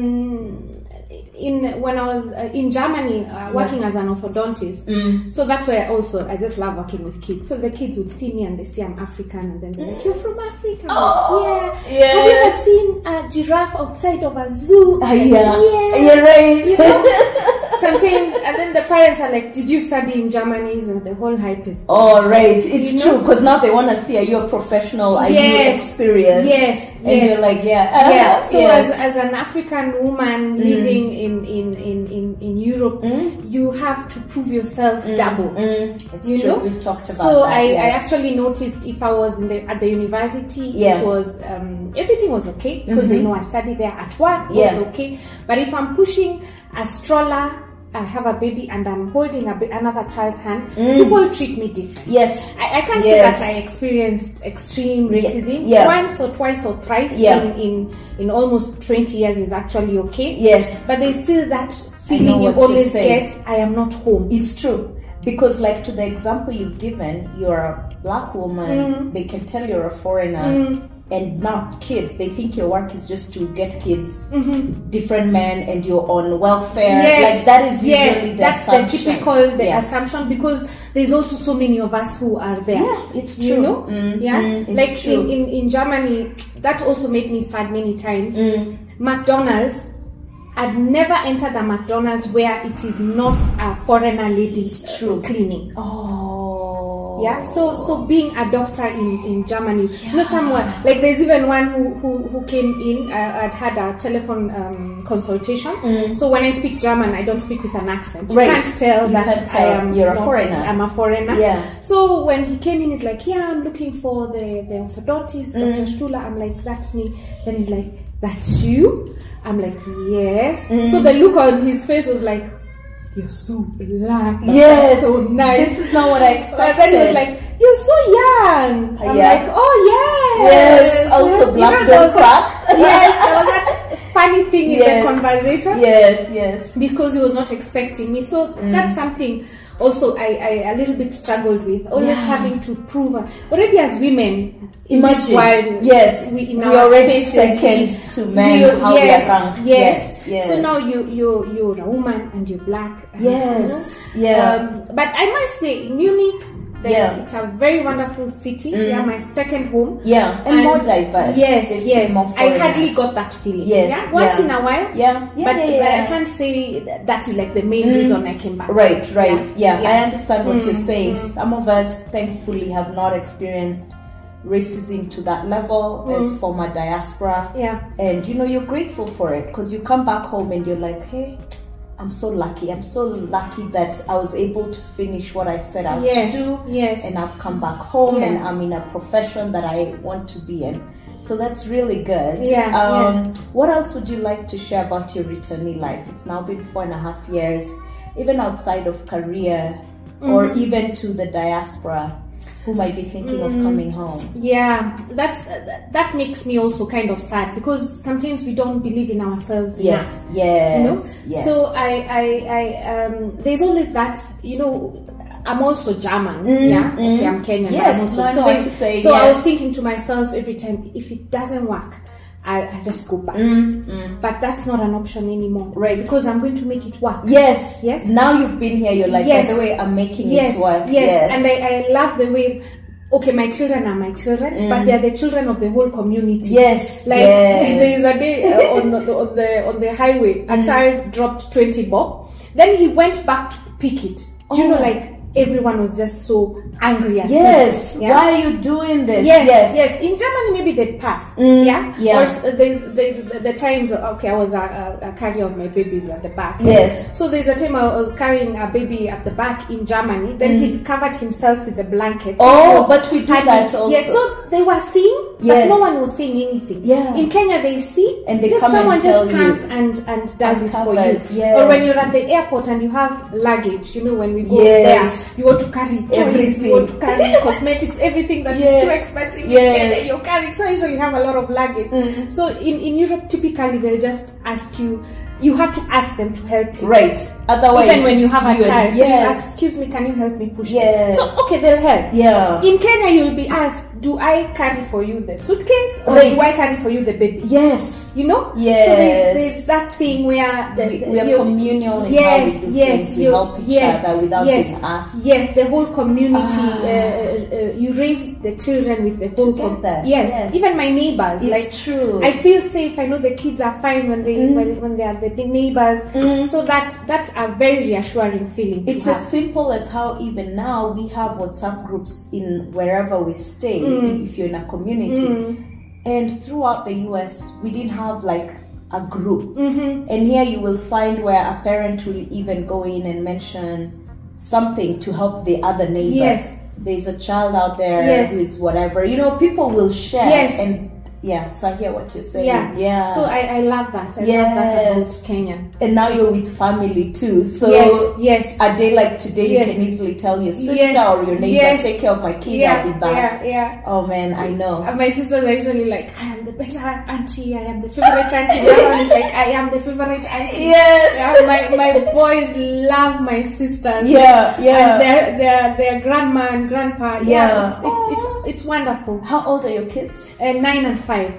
Speaker 2: in when I was uh, in Germany uh, working as an orthodontist, so that's why I also I just love working with kids. So the kids would see me and they see I'm African and then they're like, "You're from Africa? I'm like,
Speaker 1: Oh,
Speaker 2: yeah. Have you
Speaker 1: yeah.
Speaker 2: ever seen a giraffe outside of a zoo?
Speaker 1: Ah, yeah.
Speaker 2: yeah.
Speaker 1: You're right.
Speaker 2: You know? Sometimes, and then the parents are like, "Did you study in Germany?" And the whole hype is
Speaker 1: All right. It's
Speaker 2: You know?
Speaker 1: true because now they want to see are you a professional? Are you
Speaker 2: Yes.
Speaker 1: experienced?
Speaker 2: Yes,
Speaker 1: and you're like, yeah, Mm-hmm. uh-huh,
Speaker 2: yeah. So
Speaker 1: yes.
Speaker 2: as, as an African woman living in, in, in, in, in Europe, you have to prove yourself double.
Speaker 1: Mm, it's
Speaker 2: you
Speaker 1: true.
Speaker 2: know?
Speaker 1: We've talked about
Speaker 2: so
Speaker 1: that.
Speaker 2: I, I
Speaker 1: yes.
Speaker 2: actually noticed if I was in the, at the university,
Speaker 1: Yeah. Mm-hmm.
Speaker 2: it was um, everything was okay because they know I study there. At work, it
Speaker 1: Yeah.
Speaker 2: was okay. But if I'm pushing a stroller, I have a baby, and I'm holding a, ba- another child's hand,
Speaker 1: Mm.
Speaker 2: people treat me different.
Speaker 1: yes,
Speaker 2: I, I can't
Speaker 1: Yes.
Speaker 2: say that I experienced extreme
Speaker 1: Ye-
Speaker 2: racism
Speaker 1: yeah.
Speaker 2: once or twice or thrice
Speaker 1: Yeah.
Speaker 2: in, in in almost 20 years is actually okay.
Speaker 1: yes,
Speaker 2: But there's still that
Speaker 1: know
Speaker 2: feeling you
Speaker 1: what you're
Speaker 2: always
Speaker 1: saying.
Speaker 2: get I am not home.
Speaker 1: it's true. Because, like to the example you've given, you're a black woman.
Speaker 2: Mm.
Speaker 1: They can tell you're a foreigner. And now kids, they think your work is just to get kids,
Speaker 2: Mm-hmm.
Speaker 1: different men, and you're on welfare. Like that is usually
Speaker 2: yes,
Speaker 1: the
Speaker 2: that's
Speaker 1: assumption.
Speaker 2: the typical the
Speaker 1: yeah.
Speaker 2: assumption because there's also so many of us who are there.
Speaker 1: Yeah, it's true.
Speaker 2: You know,
Speaker 1: Mm,
Speaker 2: yeah,
Speaker 1: mm, it's
Speaker 2: like
Speaker 1: true.
Speaker 2: in, in in Germany, that also made me sad many times.
Speaker 1: Mm.
Speaker 2: McDonald's, I'd never entered a McDonald's where it is not a foreigner lady
Speaker 1: true.
Speaker 2: cleaning.
Speaker 1: Oh.
Speaker 2: Yeah, so so being a doctor in, in Germany, you know, someone like there's even one who who, who came in. I, I'd had a telephone um, consultation, so when I speak German, I don't speak with an accent.
Speaker 1: Mm. Right.
Speaker 2: You can't tell
Speaker 1: You
Speaker 2: that
Speaker 1: can't tell
Speaker 2: I am
Speaker 1: you're a
Speaker 2: not-
Speaker 1: foreigner.
Speaker 2: I'm a foreigner.
Speaker 1: Yeah.
Speaker 2: So when he came in, he's like, "Yeah, I'm looking for the the orthodontist,
Speaker 1: Mm.
Speaker 2: Dr. Stula." I'm like, "That's me." Then he's like, "That's you?" I'm like, "Yes."
Speaker 1: Mm.
Speaker 2: So the look on his face was like, "You're so black.
Speaker 1: Yes.
Speaker 2: so nice."
Speaker 1: This is not what I
Speaker 2: But
Speaker 1: expected.
Speaker 2: then he was like, "You're so young." I'm
Speaker 1: Yeah.
Speaker 2: like, "Oh yes."
Speaker 1: yes, also
Speaker 2: You
Speaker 1: black
Speaker 2: know, there
Speaker 1: don't
Speaker 2: was that-
Speaker 1: crack.
Speaker 2: yes, there was that funny thing in
Speaker 1: Yes.
Speaker 2: the conversation
Speaker 1: yes, yes.
Speaker 2: because he was not expecting me. So
Speaker 1: Mm.
Speaker 2: that's something. Also, I, I a little bit struggled with always having to prove. uh, Already as women in this
Speaker 1: Imagine.
Speaker 2: world,
Speaker 1: Yes.
Speaker 2: we in
Speaker 1: We
Speaker 2: our
Speaker 1: already
Speaker 2: spaces,
Speaker 1: second to men how we are
Speaker 2: yes,
Speaker 1: ranked. Yes,
Speaker 2: Yes,
Speaker 1: yes.
Speaker 2: So now you you you're a woman and you're black. and, you
Speaker 1: Yes,
Speaker 2: know,
Speaker 1: yeah.
Speaker 2: um, but I must say, Munich, the,
Speaker 1: Yeah. Mm.
Speaker 2: it's a very wonderful city. Yeah, my second home.
Speaker 1: Yeah, and, more diverse.
Speaker 2: Yes,
Speaker 1: They've seen
Speaker 2: yes.
Speaker 1: more
Speaker 2: I hardly
Speaker 1: foreigners.
Speaker 2: got that feeling.
Speaker 1: Yes,
Speaker 2: yeah? once
Speaker 1: yeah.
Speaker 2: in a while.
Speaker 1: Yeah, yeah,
Speaker 2: but
Speaker 1: yeah,
Speaker 2: but
Speaker 1: yeah. Mm.
Speaker 2: I can't say that, that is like the main reason I came back.
Speaker 1: Right, right. Yeah,
Speaker 2: Yeah, yeah. Mm,
Speaker 1: I understand what you're saying. Some of us, thankfully, have not experienced racism to that level
Speaker 2: Mm.
Speaker 1: as former diaspora.
Speaker 2: Yeah.
Speaker 1: And you know, you're grateful for it because you come back home and you're like, hey, I'm so lucky. I'm so lucky that I was able to finish what I set out
Speaker 2: Yes.
Speaker 1: to do.
Speaker 2: Yes.
Speaker 1: And I've come back home
Speaker 2: Yeah.
Speaker 1: and I'm in a profession that I want to be in. So that's really good.
Speaker 2: Yeah,
Speaker 1: Um, What else would you like to share about your returnee life? It's now been four and a half years, even outside of career or
Speaker 2: Mm.
Speaker 1: even to the diaspora who might be thinking of
Speaker 2: Mm.
Speaker 1: coming home.
Speaker 2: Yeah, that's uh, that makes me also kind of sad because sometimes we don't believe in ourselves enough.
Speaker 1: Yes, yes.
Speaker 2: you know
Speaker 1: yes.
Speaker 2: so i i i um there's always that you know I'm also German, yeah. Okay, I'm Kenyan. but
Speaker 1: Mm, Yes,
Speaker 2: I'm also,
Speaker 1: no, I know
Speaker 2: so
Speaker 1: what you're saying,
Speaker 2: so
Speaker 1: yeah.
Speaker 2: I was thinking to myself every time, if it doesn't work, I, I just go back. But that's not an option anymore,
Speaker 1: Mm. Right.
Speaker 2: Because I'm going to make it work.
Speaker 1: Yes.
Speaker 2: Yes.
Speaker 1: Now you've been here, you're like,
Speaker 2: Yes.
Speaker 1: by the way, I'm making
Speaker 2: yes,
Speaker 1: it work.
Speaker 2: yes, And I, I love the way. Okay, my children are my children, but they are the children of the whole community.
Speaker 1: Mm. yes.
Speaker 2: Like
Speaker 1: yes. Mm.
Speaker 2: there is a day uh, on, the, on the on the highway, a child dropped twenty bob. Then he went back to pick it. Do you know,
Speaker 1: Oh.
Speaker 2: like everyone was just so angry at
Speaker 1: Yes.
Speaker 2: him. Yeah?
Speaker 1: Why are you doing this?
Speaker 2: Yes, yes, In Germany, maybe they pass. yeah.
Speaker 1: Mm, yeah.
Speaker 2: Or s- uh, there's, there's the, the times. Okay, I was a, a, a carrier of my babies at the back.
Speaker 1: Yes.
Speaker 2: So there's a time I was carrying a baby at the back in Germany. Then he covered himself with a blanket. So
Speaker 1: Mm. Oh,
Speaker 2: he was
Speaker 1: but we do
Speaker 2: hardly-
Speaker 1: that also.
Speaker 2: Yes. So they were seeing, but
Speaker 1: Yes.
Speaker 2: no one was saying anything.
Speaker 1: Yeah.
Speaker 2: In Kenya, they see,
Speaker 1: Hmm. And they
Speaker 2: just
Speaker 1: come and
Speaker 2: someone
Speaker 1: tell
Speaker 2: just
Speaker 1: you.
Speaker 2: comes and and does
Speaker 1: And
Speaker 2: it for
Speaker 1: covers,
Speaker 2: you.
Speaker 1: yes.
Speaker 2: Or when you're at the airport and you have luggage, you know, when we go
Speaker 1: Yes.
Speaker 2: there, you want to carry toys,
Speaker 1: Everything.
Speaker 2: you want to carry cosmetics, everything that is
Speaker 1: Yeah.
Speaker 2: too expensive.
Speaker 1: Yes.
Speaker 2: You get it, you're carrying. So I usually have a lot of luggage.
Speaker 1: Mm-hmm.
Speaker 2: So in, in Europe, typically they'll just ask you, you have to ask them to help you.
Speaker 1: Right. Otherwise,
Speaker 2: Even when you have a
Speaker 1: it's you and-
Speaker 2: child, so you ask,
Speaker 1: yes.
Speaker 2: excuse me, can you help me push
Speaker 1: Yes.
Speaker 2: it? So okay, they'll help.
Speaker 1: Yeah.
Speaker 2: In Kenya, you'll be asked, do I carry for you the suitcase or
Speaker 1: Right.
Speaker 2: do I carry for you the baby?
Speaker 1: yes.
Speaker 2: You know? So
Speaker 1: Yes.
Speaker 2: there's, there's that thing where the,
Speaker 1: We,
Speaker 2: the-
Speaker 1: we are
Speaker 2: you-
Speaker 1: communal in
Speaker 2: yes,
Speaker 1: how we do
Speaker 2: yes,
Speaker 1: things. We
Speaker 2: you-
Speaker 1: help each
Speaker 2: yes,
Speaker 1: other without
Speaker 2: yes,
Speaker 1: being asked.
Speaker 2: Yes, the whole community.
Speaker 1: Ah.
Speaker 2: Uh, uh, uh, you raise the children with the whole com-
Speaker 1: Together,
Speaker 2: yes.
Speaker 1: yes.
Speaker 2: even my neighbors.
Speaker 1: It's
Speaker 2: like
Speaker 1: true. Mm.
Speaker 2: I feel safe. I know the kids are fine when they when, when they are the neighbors. So that that's a very reassuring feeling.
Speaker 1: It's
Speaker 2: to
Speaker 1: as
Speaker 2: have.
Speaker 1: simple as how even now
Speaker 2: Mm.
Speaker 1: we have WhatsApp groups in wherever we stay. If you're in a community, And throughout the US, we didn't have like a group.
Speaker 2: Mm-hmm.
Speaker 1: And here you will find where a parent will even go in and mention something to help the other neighbor.
Speaker 2: Yes.
Speaker 1: There's a child out there
Speaker 2: Yes.
Speaker 1: who is whatever. You know, people will share.
Speaker 2: Yes.
Speaker 1: And yeah, so I hear what you're saying.
Speaker 2: Yeah.
Speaker 1: Yeah.
Speaker 2: So I, I love that. I love
Speaker 1: Yes.
Speaker 2: that about Kenya.
Speaker 1: and now you're with family too. So
Speaker 2: yes, yes.
Speaker 1: a day like today,
Speaker 2: Yes.
Speaker 1: you can easily tell your sister
Speaker 2: Yes.
Speaker 1: or your neighbor,
Speaker 2: Yes.
Speaker 1: take care of my kid, I'll be back.
Speaker 2: yeah, yeah.
Speaker 1: Oh man, I know.
Speaker 2: And my sisters are usually like, I am the better auntie, I am the favorite auntie. The other one is like, I am the favorite auntie.
Speaker 1: Yes.
Speaker 2: Yeah, my, my boys love my sisters.
Speaker 1: Yeah,
Speaker 2: And
Speaker 1: yeah.
Speaker 2: their, their, their grandma and grandpa.
Speaker 1: Yeah.
Speaker 2: It's, it's, it's, it's wonderful.
Speaker 1: How old are your kids?
Speaker 2: Uh, nine and five.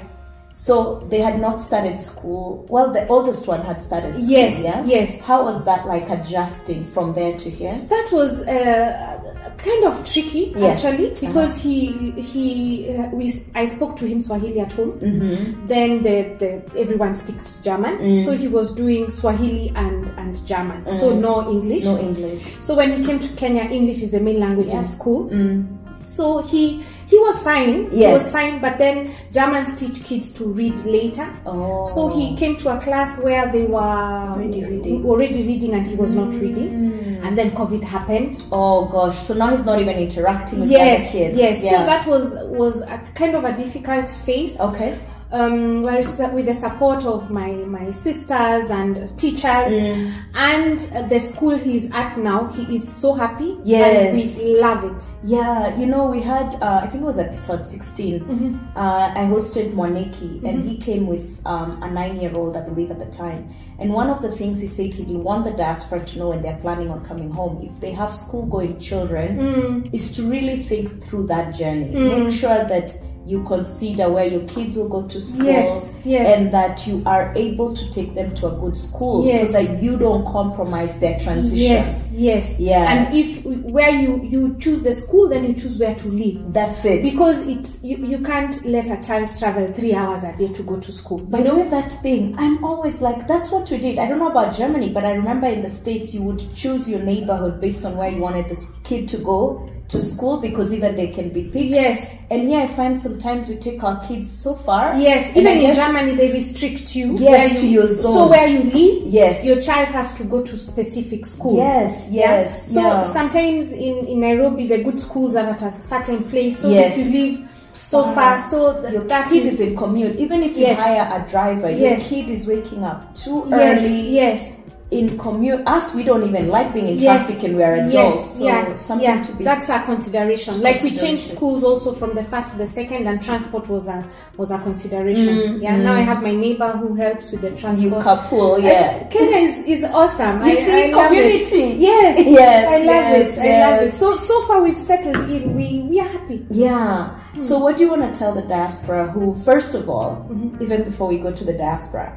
Speaker 1: So they had not started school. Well, the oldest one had started school.
Speaker 2: Yes,
Speaker 1: Yeah?
Speaker 2: yes.
Speaker 1: How was that like adjusting from there to here?
Speaker 2: That was uh, kind of tricky
Speaker 1: Yeah. Uh-huh.
Speaker 2: actually because he he uh, we s- I spoke to him Swahili at home.
Speaker 1: Mm-hmm.
Speaker 2: Then the, the everyone speaks German,
Speaker 1: Mm.
Speaker 2: so he was doing Swahili and and German, so no English.
Speaker 1: No English.
Speaker 2: So when he came to Kenya, English is the main language
Speaker 1: Yeah.
Speaker 2: in school.
Speaker 1: Mm.
Speaker 2: So he he was fine. He
Speaker 1: Yes.
Speaker 2: was fine, but then Germans teach kids to read later.
Speaker 1: Oh.
Speaker 2: So he came to a class where they were
Speaker 1: Already reading. Mm.
Speaker 2: already reading and he was not reading. And then COVID happened.
Speaker 1: Oh gosh. So now he's not even interacting with
Speaker 2: yes
Speaker 1: the other kids.
Speaker 2: yes so
Speaker 1: Yeah.
Speaker 2: that was was a kind of a difficult phase
Speaker 1: okay.
Speaker 2: um whereas the- with the support of my my sisters and teachers
Speaker 1: Mm.
Speaker 2: and uh, the school he's at now he is so happy
Speaker 1: Yes.
Speaker 2: and we love it
Speaker 1: Yeah, you know, we had, uh, I think it was episode 16.
Speaker 2: Mm-hmm.
Speaker 1: Uh, I hosted Moneki, and he came with um, a nine year old, I believe, at the time. And one of the things he said he'd want the diaspora to know when they're planning on coming home, if they have school going children,
Speaker 2: Mm.
Speaker 1: is to really think through that journey. Make sure that you consider where your kids will go to school
Speaker 2: Yes, yes.
Speaker 1: and that you are able to take them to a good school
Speaker 2: Yes.
Speaker 1: so that you don't compromise their transition.
Speaker 2: yes yes
Speaker 1: Yeah.
Speaker 2: and if where you you choose the school then you choose where to live
Speaker 1: That's it.
Speaker 2: because it's you, you can't let a child travel three hours a day to go to school
Speaker 1: By the way, that thing, I'm always like, that's what we did. I don't know about Germany, but I remember in the States, you would choose your neighborhood based on where you wanted this kid to go to school because even they can be picked.
Speaker 2: Yes.
Speaker 1: And here I find sometimes we take our kids so far.
Speaker 2: Yes,
Speaker 1: And I
Speaker 2: even in
Speaker 1: guess-
Speaker 2: Germany they restrict you.
Speaker 1: Yes,
Speaker 2: where
Speaker 1: to
Speaker 2: you,
Speaker 1: your zone.
Speaker 2: So where you live,
Speaker 1: Yes.
Speaker 2: your child has to go to specific schools.
Speaker 1: Yes, yes,
Speaker 2: So
Speaker 1: yeah.
Speaker 2: sometimes in, in Nairobi the good schools are at a certain place. So
Speaker 1: Yes.
Speaker 2: if you live so
Speaker 1: Ah,
Speaker 2: far, so
Speaker 1: Your
Speaker 2: th- that
Speaker 1: kid
Speaker 2: is-
Speaker 1: is in commute. Even if you
Speaker 2: Yes.
Speaker 1: hire a driver, your
Speaker 2: Yes.
Speaker 1: kid is waking up too
Speaker 2: yes,
Speaker 1: early
Speaker 2: yes,
Speaker 1: in commute. Us, we don't even like being in
Speaker 2: Yes.
Speaker 1: traffic and we're adults.
Speaker 2: yes,
Speaker 1: so
Speaker 2: yeah,
Speaker 1: something
Speaker 2: yeah.
Speaker 1: to be
Speaker 2: That's a consideration. Like we changed
Speaker 1: Consideration.
Speaker 2: schools also from the first to the second, and transport was a was a consideration. yeah. Now I have my neighbor who helps with the transport.
Speaker 1: Mm, you carpool,
Speaker 2: I-
Speaker 1: yeah.
Speaker 2: Kenya is, is awesome.
Speaker 1: You
Speaker 2: I,
Speaker 1: see,
Speaker 2: I love
Speaker 1: community.
Speaker 2: It. Yes,
Speaker 1: Yes,
Speaker 2: I love
Speaker 1: yes,
Speaker 2: it. I
Speaker 1: yes.
Speaker 2: love it. So so far we've settled in. We we are happy.
Speaker 1: Yeah.
Speaker 2: Hmm.
Speaker 1: So, what do you want to tell the diaspora who, first of all,
Speaker 2: Mm-hmm.
Speaker 1: even before we go to the diaspora,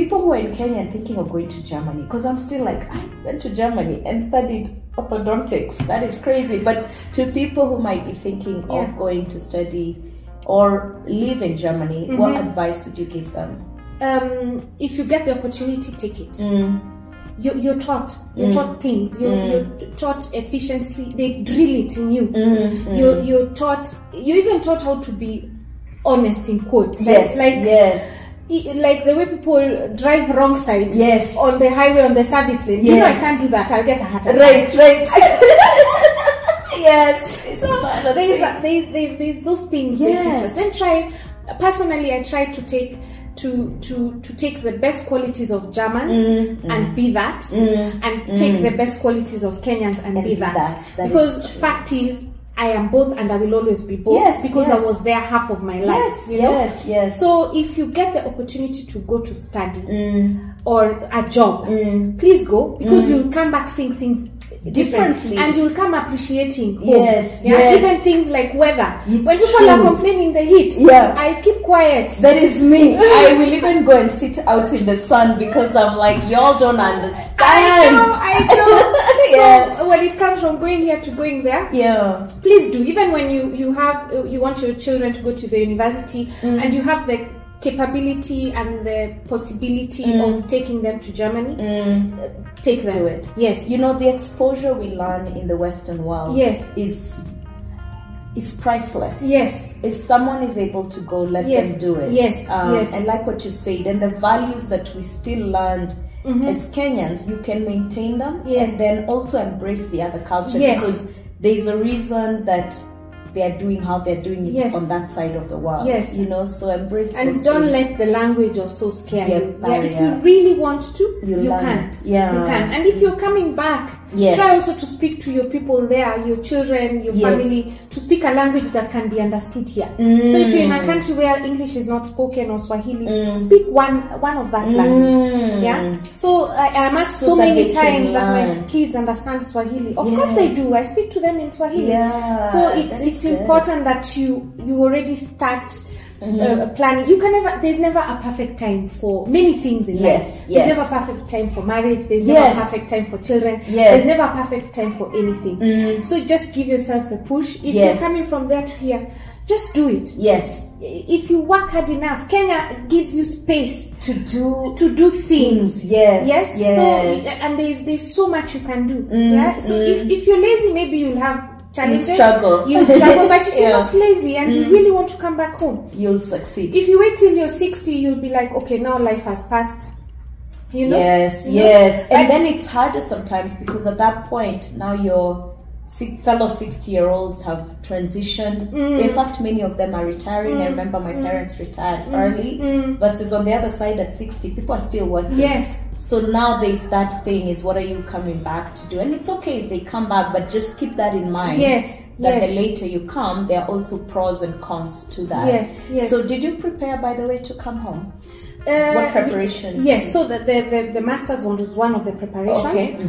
Speaker 1: people who are in Kenya and thinking of going to Germany? Because I'm still like, I went to Germany and studied orthodontics. That is crazy. But to people who might be thinking
Speaker 2: Yeah.
Speaker 1: of going to study or live in Germany, what
Speaker 2: Mm-hmm.
Speaker 1: advice would you give them?
Speaker 2: Um, if you get the opportunity, take it.
Speaker 1: Mm.
Speaker 2: You, you're taught. You're taught things. You're, you're taught efficiency. They drill it in you.
Speaker 1: Mm,
Speaker 2: You're, you're taught. You're even taught how to be honest in quotes.
Speaker 1: Yes.
Speaker 2: Like,
Speaker 1: yes.
Speaker 2: i- like the way people drive wrong side.
Speaker 1: Yes.
Speaker 2: On the highway, on the service lane. You know, I
Speaker 1: Yes.
Speaker 2: can't do that. I'll get a heart attack.
Speaker 1: Right, right. yes. So,
Speaker 2: there is, a, there is there, there's those things
Speaker 1: Yes.
Speaker 2: they teach us. Then try personally, I try to take to to to take the best qualities of Germans
Speaker 1: Mm,
Speaker 2: and be that, and take the best qualities of Kenyans and, be that.
Speaker 1: That is
Speaker 2: because
Speaker 1: true.
Speaker 2: fact is, I am both, and I will always be both.
Speaker 1: Yes,
Speaker 2: because
Speaker 1: yes.
Speaker 2: I was there half of my life.
Speaker 1: yes,
Speaker 2: you know?
Speaker 1: yes, yes.
Speaker 2: So if you get the opportunity to go to study
Speaker 1: Mm.
Speaker 2: or a job, please go because you'll come back seeing things
Speaker 1: Differently.
Speaker 2: differently and you'll come appreciating home.
Speaker 1: Yes,
Speaker 2: yeah
Speaker 1: yes.
Speaker 2: even things like weather
Speaker 1: It's
Speaker 2: when people
Speaker 1: true.
Speaker 2: are complaining the heat
Speaker 1: Yeah.
Speaker 2: i keep quiet
Speaker 1: That is me. I will even go and sit out in the sun because I'm like, y'all don't understand.
Speaker 2: i know i know
Speaker 1: Yes.
Speaker 2: so when it comes from going here to going there
Speaker 1: Yeah.
Speaker 2: please do even when you you have you want your children to go to the university
Speaker 1: Mm.
Speaker 2: and you have the capability and the possibility of taking them to germany uh, take them
Speaker 1: Mm. Do it.
Speaker 2: yes
Speaker 1: You know, the exposure we learn in the Western world
Speaker 2: Yes.
Speaker 1: is is priceless.
Speaker 2: yes
Speaker 1: If someone is able to go, let
Speaker 2: Yes.
Speaker 1: them do it.
Speaker 2: Yes.
Speaker 1: Um,
Speaker 2: Yes.
Speaker 1: And like what you said, and the values that we still learned as Kenyans, you can maintain them
Speaker 2: Mm-hmm. Yes.
Speaker 1: and then also embrace the other culture
Speaker 2: Yes.
Speaker 1: because there's a reason that they are doing how they're doing it
Speaker 2: Yes.
Speaker 1: on that side of the world.
Speaker 2: Yes.
Speaker 1: You know, so embrace
Speaker 2: and
Speaker 1: those
Speaker 2: don't
Speaker 1: things.
Speaker 2: let the language also scare
Speaker 1: Yeah,
Speaker 2: you yeah, if you
Speaker 1: barrier.
Speaker 2: really want to you,
Speaker 1: You learn
Speaker 2: can
Speaker 1: it. Yeah.
Speaker 2: you can and if you're coming back
Speaker 1: Yes.
Speaker 2: try also to speak to your people there your children your
Speaker 1: Yes.
Speaker 2: family to speak a language that can be understood here so if you're in
Speaker 1: Mm.
Speaker 2: a country where english is not spoken or swahili speak one one of
Speaker 1: Mm.
Speaker 2: that language yeah so i, I am asked so,
Speaker 1: So that
Speaker 2: many
Speaker 1: they can
Speaker 2: times that my
Speaker 1: learn.
Speaker 2: kids understand swahili of course they do i speak to them in swahili
Speaker 1: Yeah,
Speaker 2: so it's
Speaker 1: Ah, that's
Speaker 2: it's
Speaker 1: good.
Speaker 2: important that you you already start
Speaker 1: Mm-hmm.
Speaker 2: uh, planning. You can never. There's never a perfect time for many things in
Speaker 1: Yes,
Speaker 2: life.
Speaker 1: yes.
Speaker 2: There's never a perfect time for marriage. There's
Speaker 1: Yes.
Speaker 2: never a perfect time for children.
Speaker 1: Yes. Mm-hmm.
Speaker 2: There's never a perfect time for anything. So just give yourself the push. If you're
Speaker 1: Yes.
Speaker 2: coming from there to here, just do it.
Speaker 1: Yes.
Speaker 2: If you work hard enough, Kenya gives you space
Speaker 1: To do
Speaker 2: to do things
Speaker 1: things. Yes.
Speaker 2: yes,
Speaker 1: Yes. Mm,
Speaker 2: so uh, and there's there's so much you can do yeah so if, if you're lazy maybe you'll have challenges
Speaker 1: You'll struggle.
Speaker 2: you'll struggle but if you're
Speaker 1: Yeah. Mm.
Speaker 2: not lazy and you really want to come back home
Speaker 1: You'll succeed.
Speaker 2: if you wait till you're 60 you'll be like okay now life has passed you know
Speaker 1: yes,
Speaker 2: You know?
Speaker 1: yes.
Speaker 2: But-
Speaker 1: And then it's harder sometimes because at that point, now your si- fellow 60 year olds have transitioned.
Speaker 2: Mm.
Speaker 1: In fact, many of them are retiring. I remember my parents retired
Speaker 2: Mm.
Speaker 1: early, versus on the other side at 60, people are still working.
Speaker 2: yes
Speaker 1: So now there's that thing is what are you coming back to do? And it's okay if they come back, but just keep that in mind.
Speaker 2: Yes,
Speaker 1: That the
Speaker 2: yes.
Speaker 1: later you come, there are also pros and cons to that.
Speaker 2: Yes, yes.
Speaker 1: So did you prepare, by the way, to come home?
Speaker 2: Uh,
Speaker 1: What preparation?
Speaker 2: Yes, so the, the, the, the master's one was one of the preparations.
Speaker 1: Okay.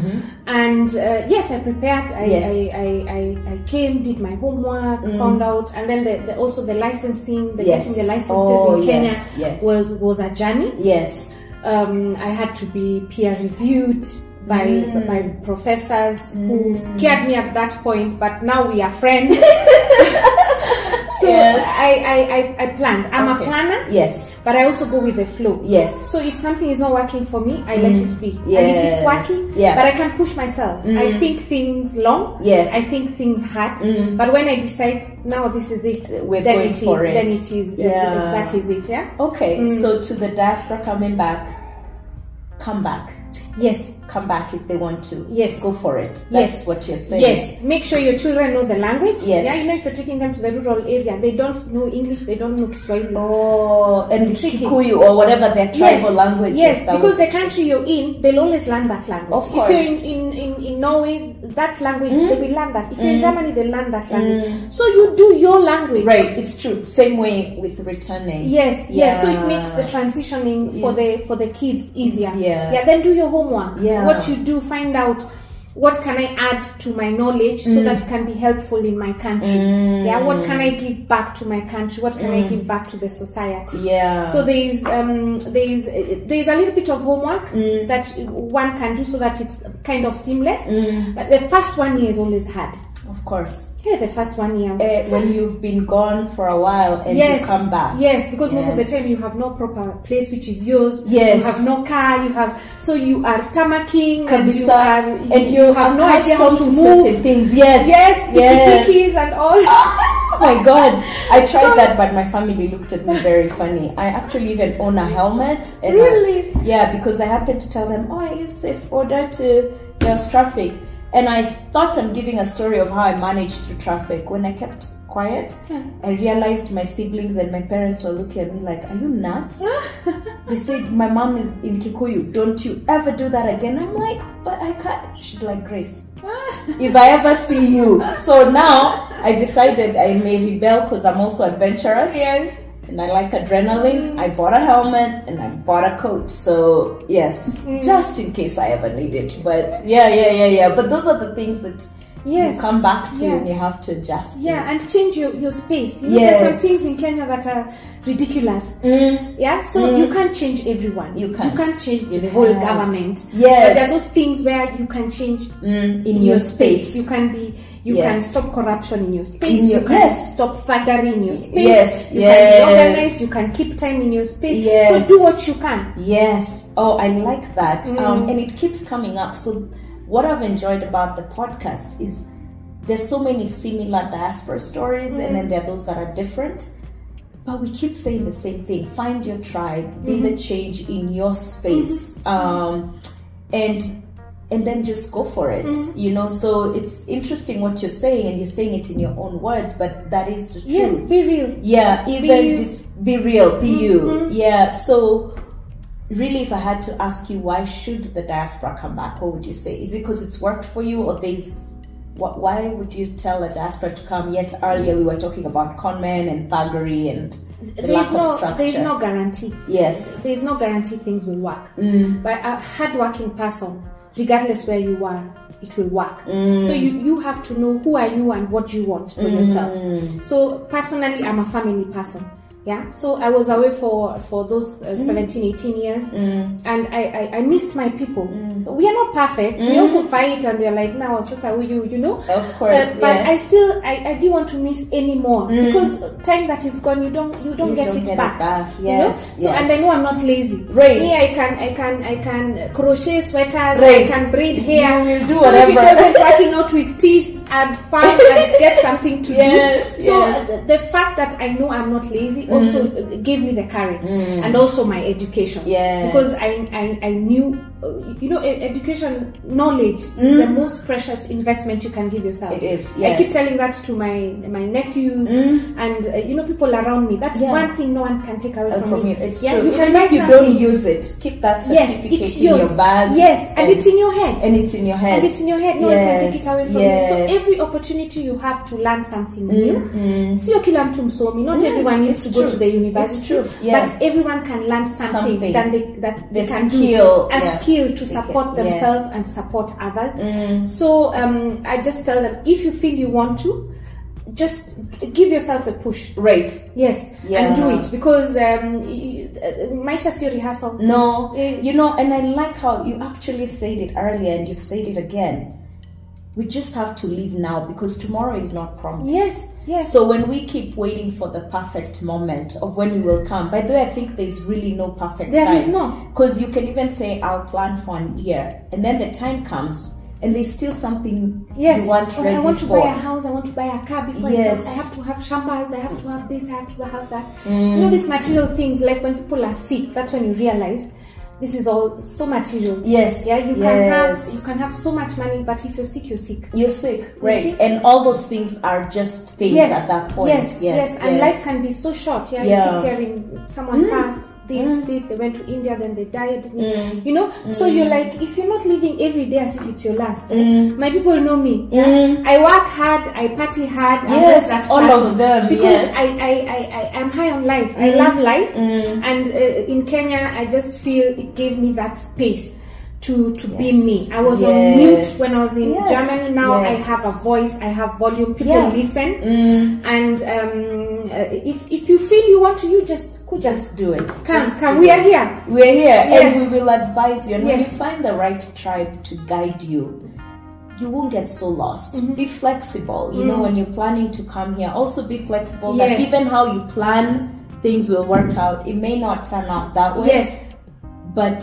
Speaker 2: And uh, yes, I prepared. I,
Speaker 1: Yes. Mm.
Speaker 2: I, I, I, I came, did my homework, found out. And then the, the, also the licensing, the
Speaker 1: Yes.
Speaker 2: getting the licenses
Speaker 1: Oh,
Speaker 2: in Kenya
Speaker 1: yes, yes.
Speaker 2: Was, was a journey.
Speaker 1: Yes.
Speaker 2: Um, I had to be peer reviewed by
Speaker 1: Mm.
Speaker 2: by professors who scared me at that point, but now we are friends. so
Speaker 1: Yes.
Speaker 2: I, I, I, I planned. I'm a
Speaker 1: Okay.
Speaker 2: planner,
Speaker 1: Yes.
Speaker 2: but I also go with the flow.
Speaker 1: Yes.
Speaker 2: So if something is not working for me, I let it be. And if it's
Speaker 1: Mm. Yes.
Speaker 2: working,
Speaker 1: Yeah.
Speaker 2: but I can push myself.
Speaker 1: Mm.
Speaker 2: I think things long.
Speaker 1: Yes. Mm.
Speaker 2: I think things hard. But when I decide now this is it,
Speaker 1: We're
Speaker 2: then
Speaker 1: going
Speaker 2: it is.
Speaker 1: for it.
Speaker 2: Then it is.
Speaker 1: Yeah.
Speaker 2: That is it. Yeah.
Speaker 1: Okay,
Speaker 2: Mm.
Speaker 1: so to the diaspora coming back, come back.
Speaker 2: Yes.
Speaker 1: Come back if they want to.
Speaker 2: Yes.
Speaker 1: Go for it. That's
Speaker 2: Yes.
Speaker 1: what you're saying.
Speaker 2: Yes. Make sure your children know the language.
Speaker 1: Yes.
Speaker 2: Yeah. You know, if you're taking them to the rural area, they don't know English. They don't know Kiswahili.
Speaker 1: Oh, and
Speaker 2: Tricky.
Speaker 1: Kikuyu or whatever their tribal
Speaker 2: Yes,
Speaker 1: language
Speaker 2: yes,
Speaker 1: is. that
Speaker 2: because
Speaker 1: was-
Speaker 2: the country you're in, they'll always learn that language.
Speaker 1: Of
Speaker 2: If
Speaker 1: course. Mm.
Speaker 2: you're in, in, in, in Norway, that language, they will learn that. If you're in Germany, they learn that language. So you do your language.
Speaker 1: Right, it's true. Same way with returning.
Speaker 2: Yes, yes. So it
Speaker 1: Yeah.
Speaker 2: makes the transitioning for the for the kids easier.
Speaker 1: Easier.
Speaker 2: Yeah. Then do your homework.
Speaker 1: Yeah.
Speaker 2: What you do, find out what can I add to my knowledge
Speaker 1: Mm.
Speaker 2: so that it can be helpful in my country. Yeah. What can I give back to my country? What
Speaker 1: Mm.
Speaker 2: can I give back to the society?
Speaker 1: Yeah.
Speaker 2: So there is um, there is there is a little bit of homework
Speaker 1: Mm.
Speaker 2: that one can do so that it's kind of seamless.
Speaker 1: Mm.
Speaker 2: But the first one year is always hard.
Speaker 1: of course.
Speaker 2: Yeah, the first one year.
Speaker 1: Eh, when you've been gone for a while and
Speaker 2: yes,
Speaker 1: you come back.
Speaker 2: Yes, because most of the
Speaker 1: Yes.
Speaker 2: time you have no proper place which is yours.
Speaker 1: Yes.
Speaker 2: you have no car. You have so you are tamaking and
Speaker 1: Kabisa.
Speaker 2: you are
Speaker 1: and you,
Speaker 2: have no idea how
Speaker 1: custom
Speaker 2: to
Speaker 1: to
Speaker 2: move.
Speaker 1: certain things. Yes.
Speaker 2: Yes,
Speaker 1: Yes.
Speaker 2: piki pikis and all.
Speaker 1: Oh my god! I tried that, but my family looked at me very funny. I actually even own a helmet. And I-
Speaker 2: Really?
Speaker 1: yeah, because I happened to tell them, "Oh, I use safe order to there was traffic," and I thought I'm giving a story of how I managed through traffic. When I kept quiet, I realized my siblings and my parents were looking at me like, "Are you nuts?" they said, "My mom is in Kikuyu. Don't you ever do that again?" I'm like, "But I can't." She's like, "Grace, if I ever see you. So now I decided I may rebel because I'm also adventurous
Speaker 2: yes.
Speaker 1: and I like adrenaline.
Speaker 2: Mm.
Speaker 1: I bought a helmet and I bought a coat. So, yes,
Speaker 2: Mm.
Speaker 1: just in case I ever need it. But yeah, yeah, yeah, yeah. But those are the things that
Speaker 2: Yes.
Speaker 1: you come back to
Speaker 2: Yeah.
Speaker 1: and you have to adjust. to.
Speaker 2: Yeah, and change your, your space. You know, there's
Speaker 1: Yes.
Speaker 2: some things in Kenya that are ridiculous.
Speaker 1: Mm,
Speaker 2: Yeah, so you can't change everyone.
Speaker 1: You can't.
Speaker 2: You can't change
Speaker 1: You
Speaker 2: the whole
Speaker 1: can't.
Speaker 2: government.
Speaker 1: Yes.
Speaker 2: But there are those things where you can change
Speaker 1: Mm, in your space.
Speaker 2: You can be. You
Speaker 1: Yes.
Speaker 2: can stop corruption in your space.
Speaker 1: In your-
Speaker 2: you can
Speaker 1: yes.
Speaker 2: stop thuggery in your space.
Speaker 1: Yes,
Speaker 2: You
Speaker 1: yes.
Speaker 2: can be organized. You can keep time in your space.
Speaker 1: Yes.
Speaker 2: So do what you can.
Speaker 1: Yes. Oh, I like that. Um, and it keeps coming up. So, what I've enjoyed about the podcast is there's so many similar diaspora stories and then there are those that are different but we keep saying the same thing find your tribe be the change in your space um, and and then just go for it you know so it's interesting what you're saying and you're saying it in your own words but that is the truth
Speaker 2: Yes, be real.
Speaker 1: yeah even
Speaker 2: you. Mm-hmm.
Speaker 1: dis- be real be you yeah so really if i had to ask you why should the diaspora come back what would you say is it because it's worked for you or there's wh- why would you tell a diaspora to come yet earlier we were talking about conmen and thuggery and the lack
Speaker 2: There's
Speaker 1: of
Speaker 2: no,
Speaker 1: structure
Speaker 2: there's no guarantee.
Speaker 1: yes
Speaker 2: There's no guarantee things will work.
Speaker 1: Mm.
Speaker 2: But a hardworking person, regardless where you are, it will work.
Speaker 1: Mm.
Speaker 2: So you, you have to know who are you and what you want
Speaker 1: Mm-hmm.
Speaker 2: for yourself. So personally, I'm a family person. Yeah. So I was away for for those
Speaker 1: Mm.
Speaker 2: uh, 17, 18 years, and I, I I missed my people.
Speaker 1: Mm.
Speaker 2: We are not perfect. We also fight, and we are like now, sasa you you know.
Speaker 1: of course
Speaker 2: Uh, but
Speaker 1: yeah. Mm.
Speaker 2: I still I, I didn't want to miss any more because time that is gone you don't you don't
Speaker 1: You don't
Speaker 2: get, it,
Speaker 1: get
Speaker 2: back,
Speaker 1: it back.
Speaker 2: you know?
Speaker 1: Yes,
Speaker 2: So and
Speaker 1: yes.
Speaker 2: I know I'm not lazy.
Speaker 1: Right.
Speaker 2: Me I can I can I can crochet sweaters.
Speaker 1: Right.
Speaker 2: I can braid hair.
Speaker 1: You will do
Speaker 2: so if it
Speaker 1: whatever.
Speaker 2: wasn't working out with teeth and fun and get something to
Speaker 1: Yes,
Speaker 2: do. So
Speaker 1: yes. Mm.
Speaker 2: uh, the fact that I know I'm not lazy also uh, gave me the courage and also my education.
Speaker 1: Yes.
Speaker 2: Because I I, I knew. uh, You know, e- education knowledge is the most precious investment you can give yourself.
Speaker 1: Hmm? It is,
Speaker 2: I keep
Speaker 1: yes. Hmm?
Speaker 2: telling that to my my nephews and uh, you know people around me. That's
Speaker 1: Yeah.
Speaker 2: one thing no one can take away
Speaker 1: Uh,
Speaker 2: from,
Speaker 1: from
Speaker 2: me.
Speaker 1: you it's
Speaker 2: yeah,
Speaker 1: true
Speaker 2: You can
Speaker 1: even
Speaker 2: buy
Speaker 1: if you
Speaker 2: something.
Speaker 1: don't use it keep that
Speaker 2: yes,
Speaker 1: certificate
Speaker 2: it's
Speaker 1: in
Speaker 2: yours.
Speaker 1: your bag
Speaker 2: Yes, and, it's in your head.
Speaker 1: and it's in your head
Speaker 2: And it's in your head. No one
Speaker 1: Yes,
Speaker 2: can take it away from you.
Speaker 1: yes. Hmm?
Speaker 2: So every opportunity you have to learn something
Speaker 1: Mm,
Speaker 2: new. Sio kila mtu msomi. Not everyone needs
Speaker 1: it's
Speaker 2: to
Speaker 1: true.
Speaker 2: go to the university.
Speaker 1: It's true, yeah.
Speaker 2: But everyone can learn something,
Speaker 1: Something.
Speaker 2: that they that they
Speaker 1: The
Speaker 2: can
Speaker 1: skill,
Speaker 2: do a
Speaker 1: yeah.
Speaker 2: skill to
Speaker 1: They
Speaker 2: support
Speaker 1: can- yes.
Speaker 2: themselves and support others.
Speaker 1: Mm.
Speaker 2: So um, I just tell them if you feel you want to, just give yourself a push.
Speaker 1: right
Speaker 2: Yes,
Speaker 1: Yeah.
Speaker 2: and do it because um, y- y- uh, maisha sio rehearsal.
Speaker 1: No,
Speaker 2: Eh.
Speaker 1: you know, and I like how you actually said it earlier and you've said it again. We just have to live now because tomorrow is not promised.
Speaker 2: Yes, yes.
Speaker 1: So when we keep waiting for the perfect moment of when you will come, by the way, I think there's really no perfect
Speaker 2: There
Speaker 1: time.
Speaker 2: is no.
Speaker 1: Because you can even say, I'll plan for a year. And then the time comes and there's still something
Speaker 2: Yes,
Speaker 1: you want
Speaker 2: Oh,
Speaker 1: ready
Speaker 2: I want to
Speaker 1: for.
Speaker 2: buy a house, I want to buy a car before
Speaker 1: Yes.
Speaker 2: I, come. I have to have shambas, I have to have this, I have to have that.
Speaker 1: Mm.
Speaker 2: You know, these material things, like when people are sick, that's when you realize this is all so material.
Speaker 1: Yes,
Speaker 2: Yeah, you
Speaker 1: yes.
Speaker 2: can have you can have so much money, but if you're sick, you're sick.
Speaker 1: You're sick, right?
Speaker 2: sick.
Speaker 1: And all those things are just things
Speaker 2: yes,
Speaker 1: at that point.
Speaker 2: Yes, yes, and
Speaker 1: yes.
Speaker 2: life can be so short. Yeah,
Speaker 1: Yeah.
Speaker 2: you keep hearing someone passed this, this. They went to India, then they died.
Speaker 1: Mm.
Speaker 2: You know, so you're like, if you're not living every day as if it's your last. eh, My people know me. yeah.
Speaker 1: Mm.
Speaker 2: I work hard. I party hard. I'm
Speaker 1: Yes,
Speaker 2: just that
Speaker 1: all of
Speaker 2: person.
Speaker 1: them,
Speaker 2: Because
Speaker 1: yes. Mm,
Speaker 2: I, I, I, I, I'm high on life. I love life, and uh, in Kenya, I just feel it gave me that space. To, to be
Speaker 1: Yes.
Speaker 2: me. I was on
Speaker 1: Yes.
Speaker 2: mute when I was in
Speaker 1: Yes.
Speaker 2: Germany. Now I
Speaker 1: Yes.
Speaker 2: have a voice. I have volume. People
Speaker 1: Yeah. Mm.
Speaker 2: listen and um, uh, if if you feel you want to, you just could just
Speaker 1: Just do it.
Speaker 2: come.
Speaker 1: Just
Speaker 2: come.
Speaker 1: do
Speaker 2: We
Speaker 1: it.
Speaker 2: are here.
Speaker 1: We're here
Speaker 2: Yes.
Speaker 1: and we will advise you. And when
Speaker 2: Yes.
Speaker 1: you find the right tribe to guide you, you won't get so lost.
Speaker 2: Mm-hmm.
Speaker 1: Be flexible. You know, when you're planning to come here, also be flexible that
Speaker 2: Mm. Yes.
Speaker 1: even how you plan things will work out. It may not turn out that way.
Speaker 2: Yes,
Speaker 1: But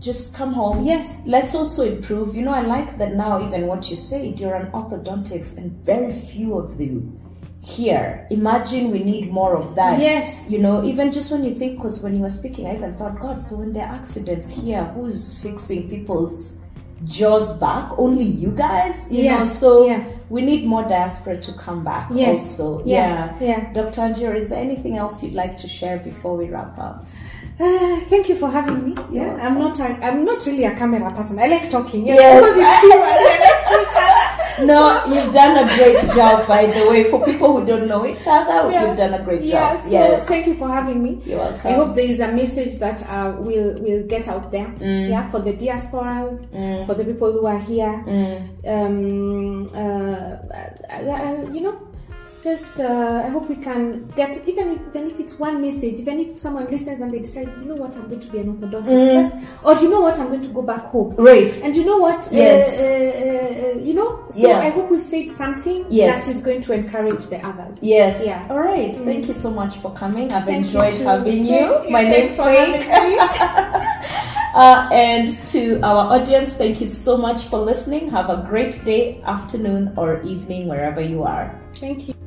Speaker 1: just come home.
Speaker 2: Yes.
Speaker 1: Let's also improve. You know, I like that now, even what you said, you're an orthodontist and very few of you here. Imagine we need more of that.
Speaker 2: yes,
Speaker 1: You know, even just when you think, because when you were speaking, I even thought, God, so when there are accidents here, who's fixing people's jaws back? Only you guys? You
Speaker 2: Yeah,
Speaker 1: know, so
Speaker 2: yeah.
Speaker 1: we need more diaspora to come back
Speaker 2: yes.
Speaker 1: also.
Speaker 2: yeah, yeah.
Speaker 1: Dr. Anjir, is there anything else you'd like to share before we wrap up?
Speaker 2: Uh, thank you for having me. Yeah, I'm not. A, I'm not really a camera person. I like talking. Yes,
Speaker 1: Yes.
Speaker 2: because you see what we're next to each other.
Speaker 1: No, you've done a great job, by the way. For people who don't know each other,
Speaker 2: Yeah.
Speaker 1: you've done a great
Speaker 2: Yeah. Um,
Speaker 1: job.
Speaker 2: So
Speaker 1: yes.
Speaker 2: thank you for having me.
Speaker 1: You're welcome.
Speaker 2: I hope there is a message that uh, will will get out there. Yeah, for the diasporas, for the people who are here.
Speaker 1: Mm.
Speaker 2: Um, uh, I- I- I- you know, just uh, I hope we can get even if, even if it's one message, even if someone listens and they decide, you know what, I'm going to be an orthodontist, but- or you know what, I'm going to go back home.
Speaker 1: Great.
Speaker 2: And you know what?
Speaker 1: Yes.
Speaker 2: Uh, uh, uh, uh, you know, so
Speaker 1: Yeah.
Speaker 2: I hope we've said something
Speaker 1: Yes.
Speaker 2: that is going to encourage the others.
Speaker 1: Yes.
Speaker 2: Yeah. Mm.
Speaker 1: All right. Thank you so much for coming. I've
Speaker 2: Thank you
Speaker 1: enjoyed
Speaker 2: too.
Speaker 1: having you.
Speaker 2: Thank
Speaker 1: My
Speaker 2: Thanks
Speaker 1: name's
Speaker 2: for
Speaker 1: Faye.
Speaker 2: having me.
Speaker 1: Uh, and to our audience, thank you so much for listening. Have a great day, afternoon, or evening, wherever you are.
Speaker 2: Thank you.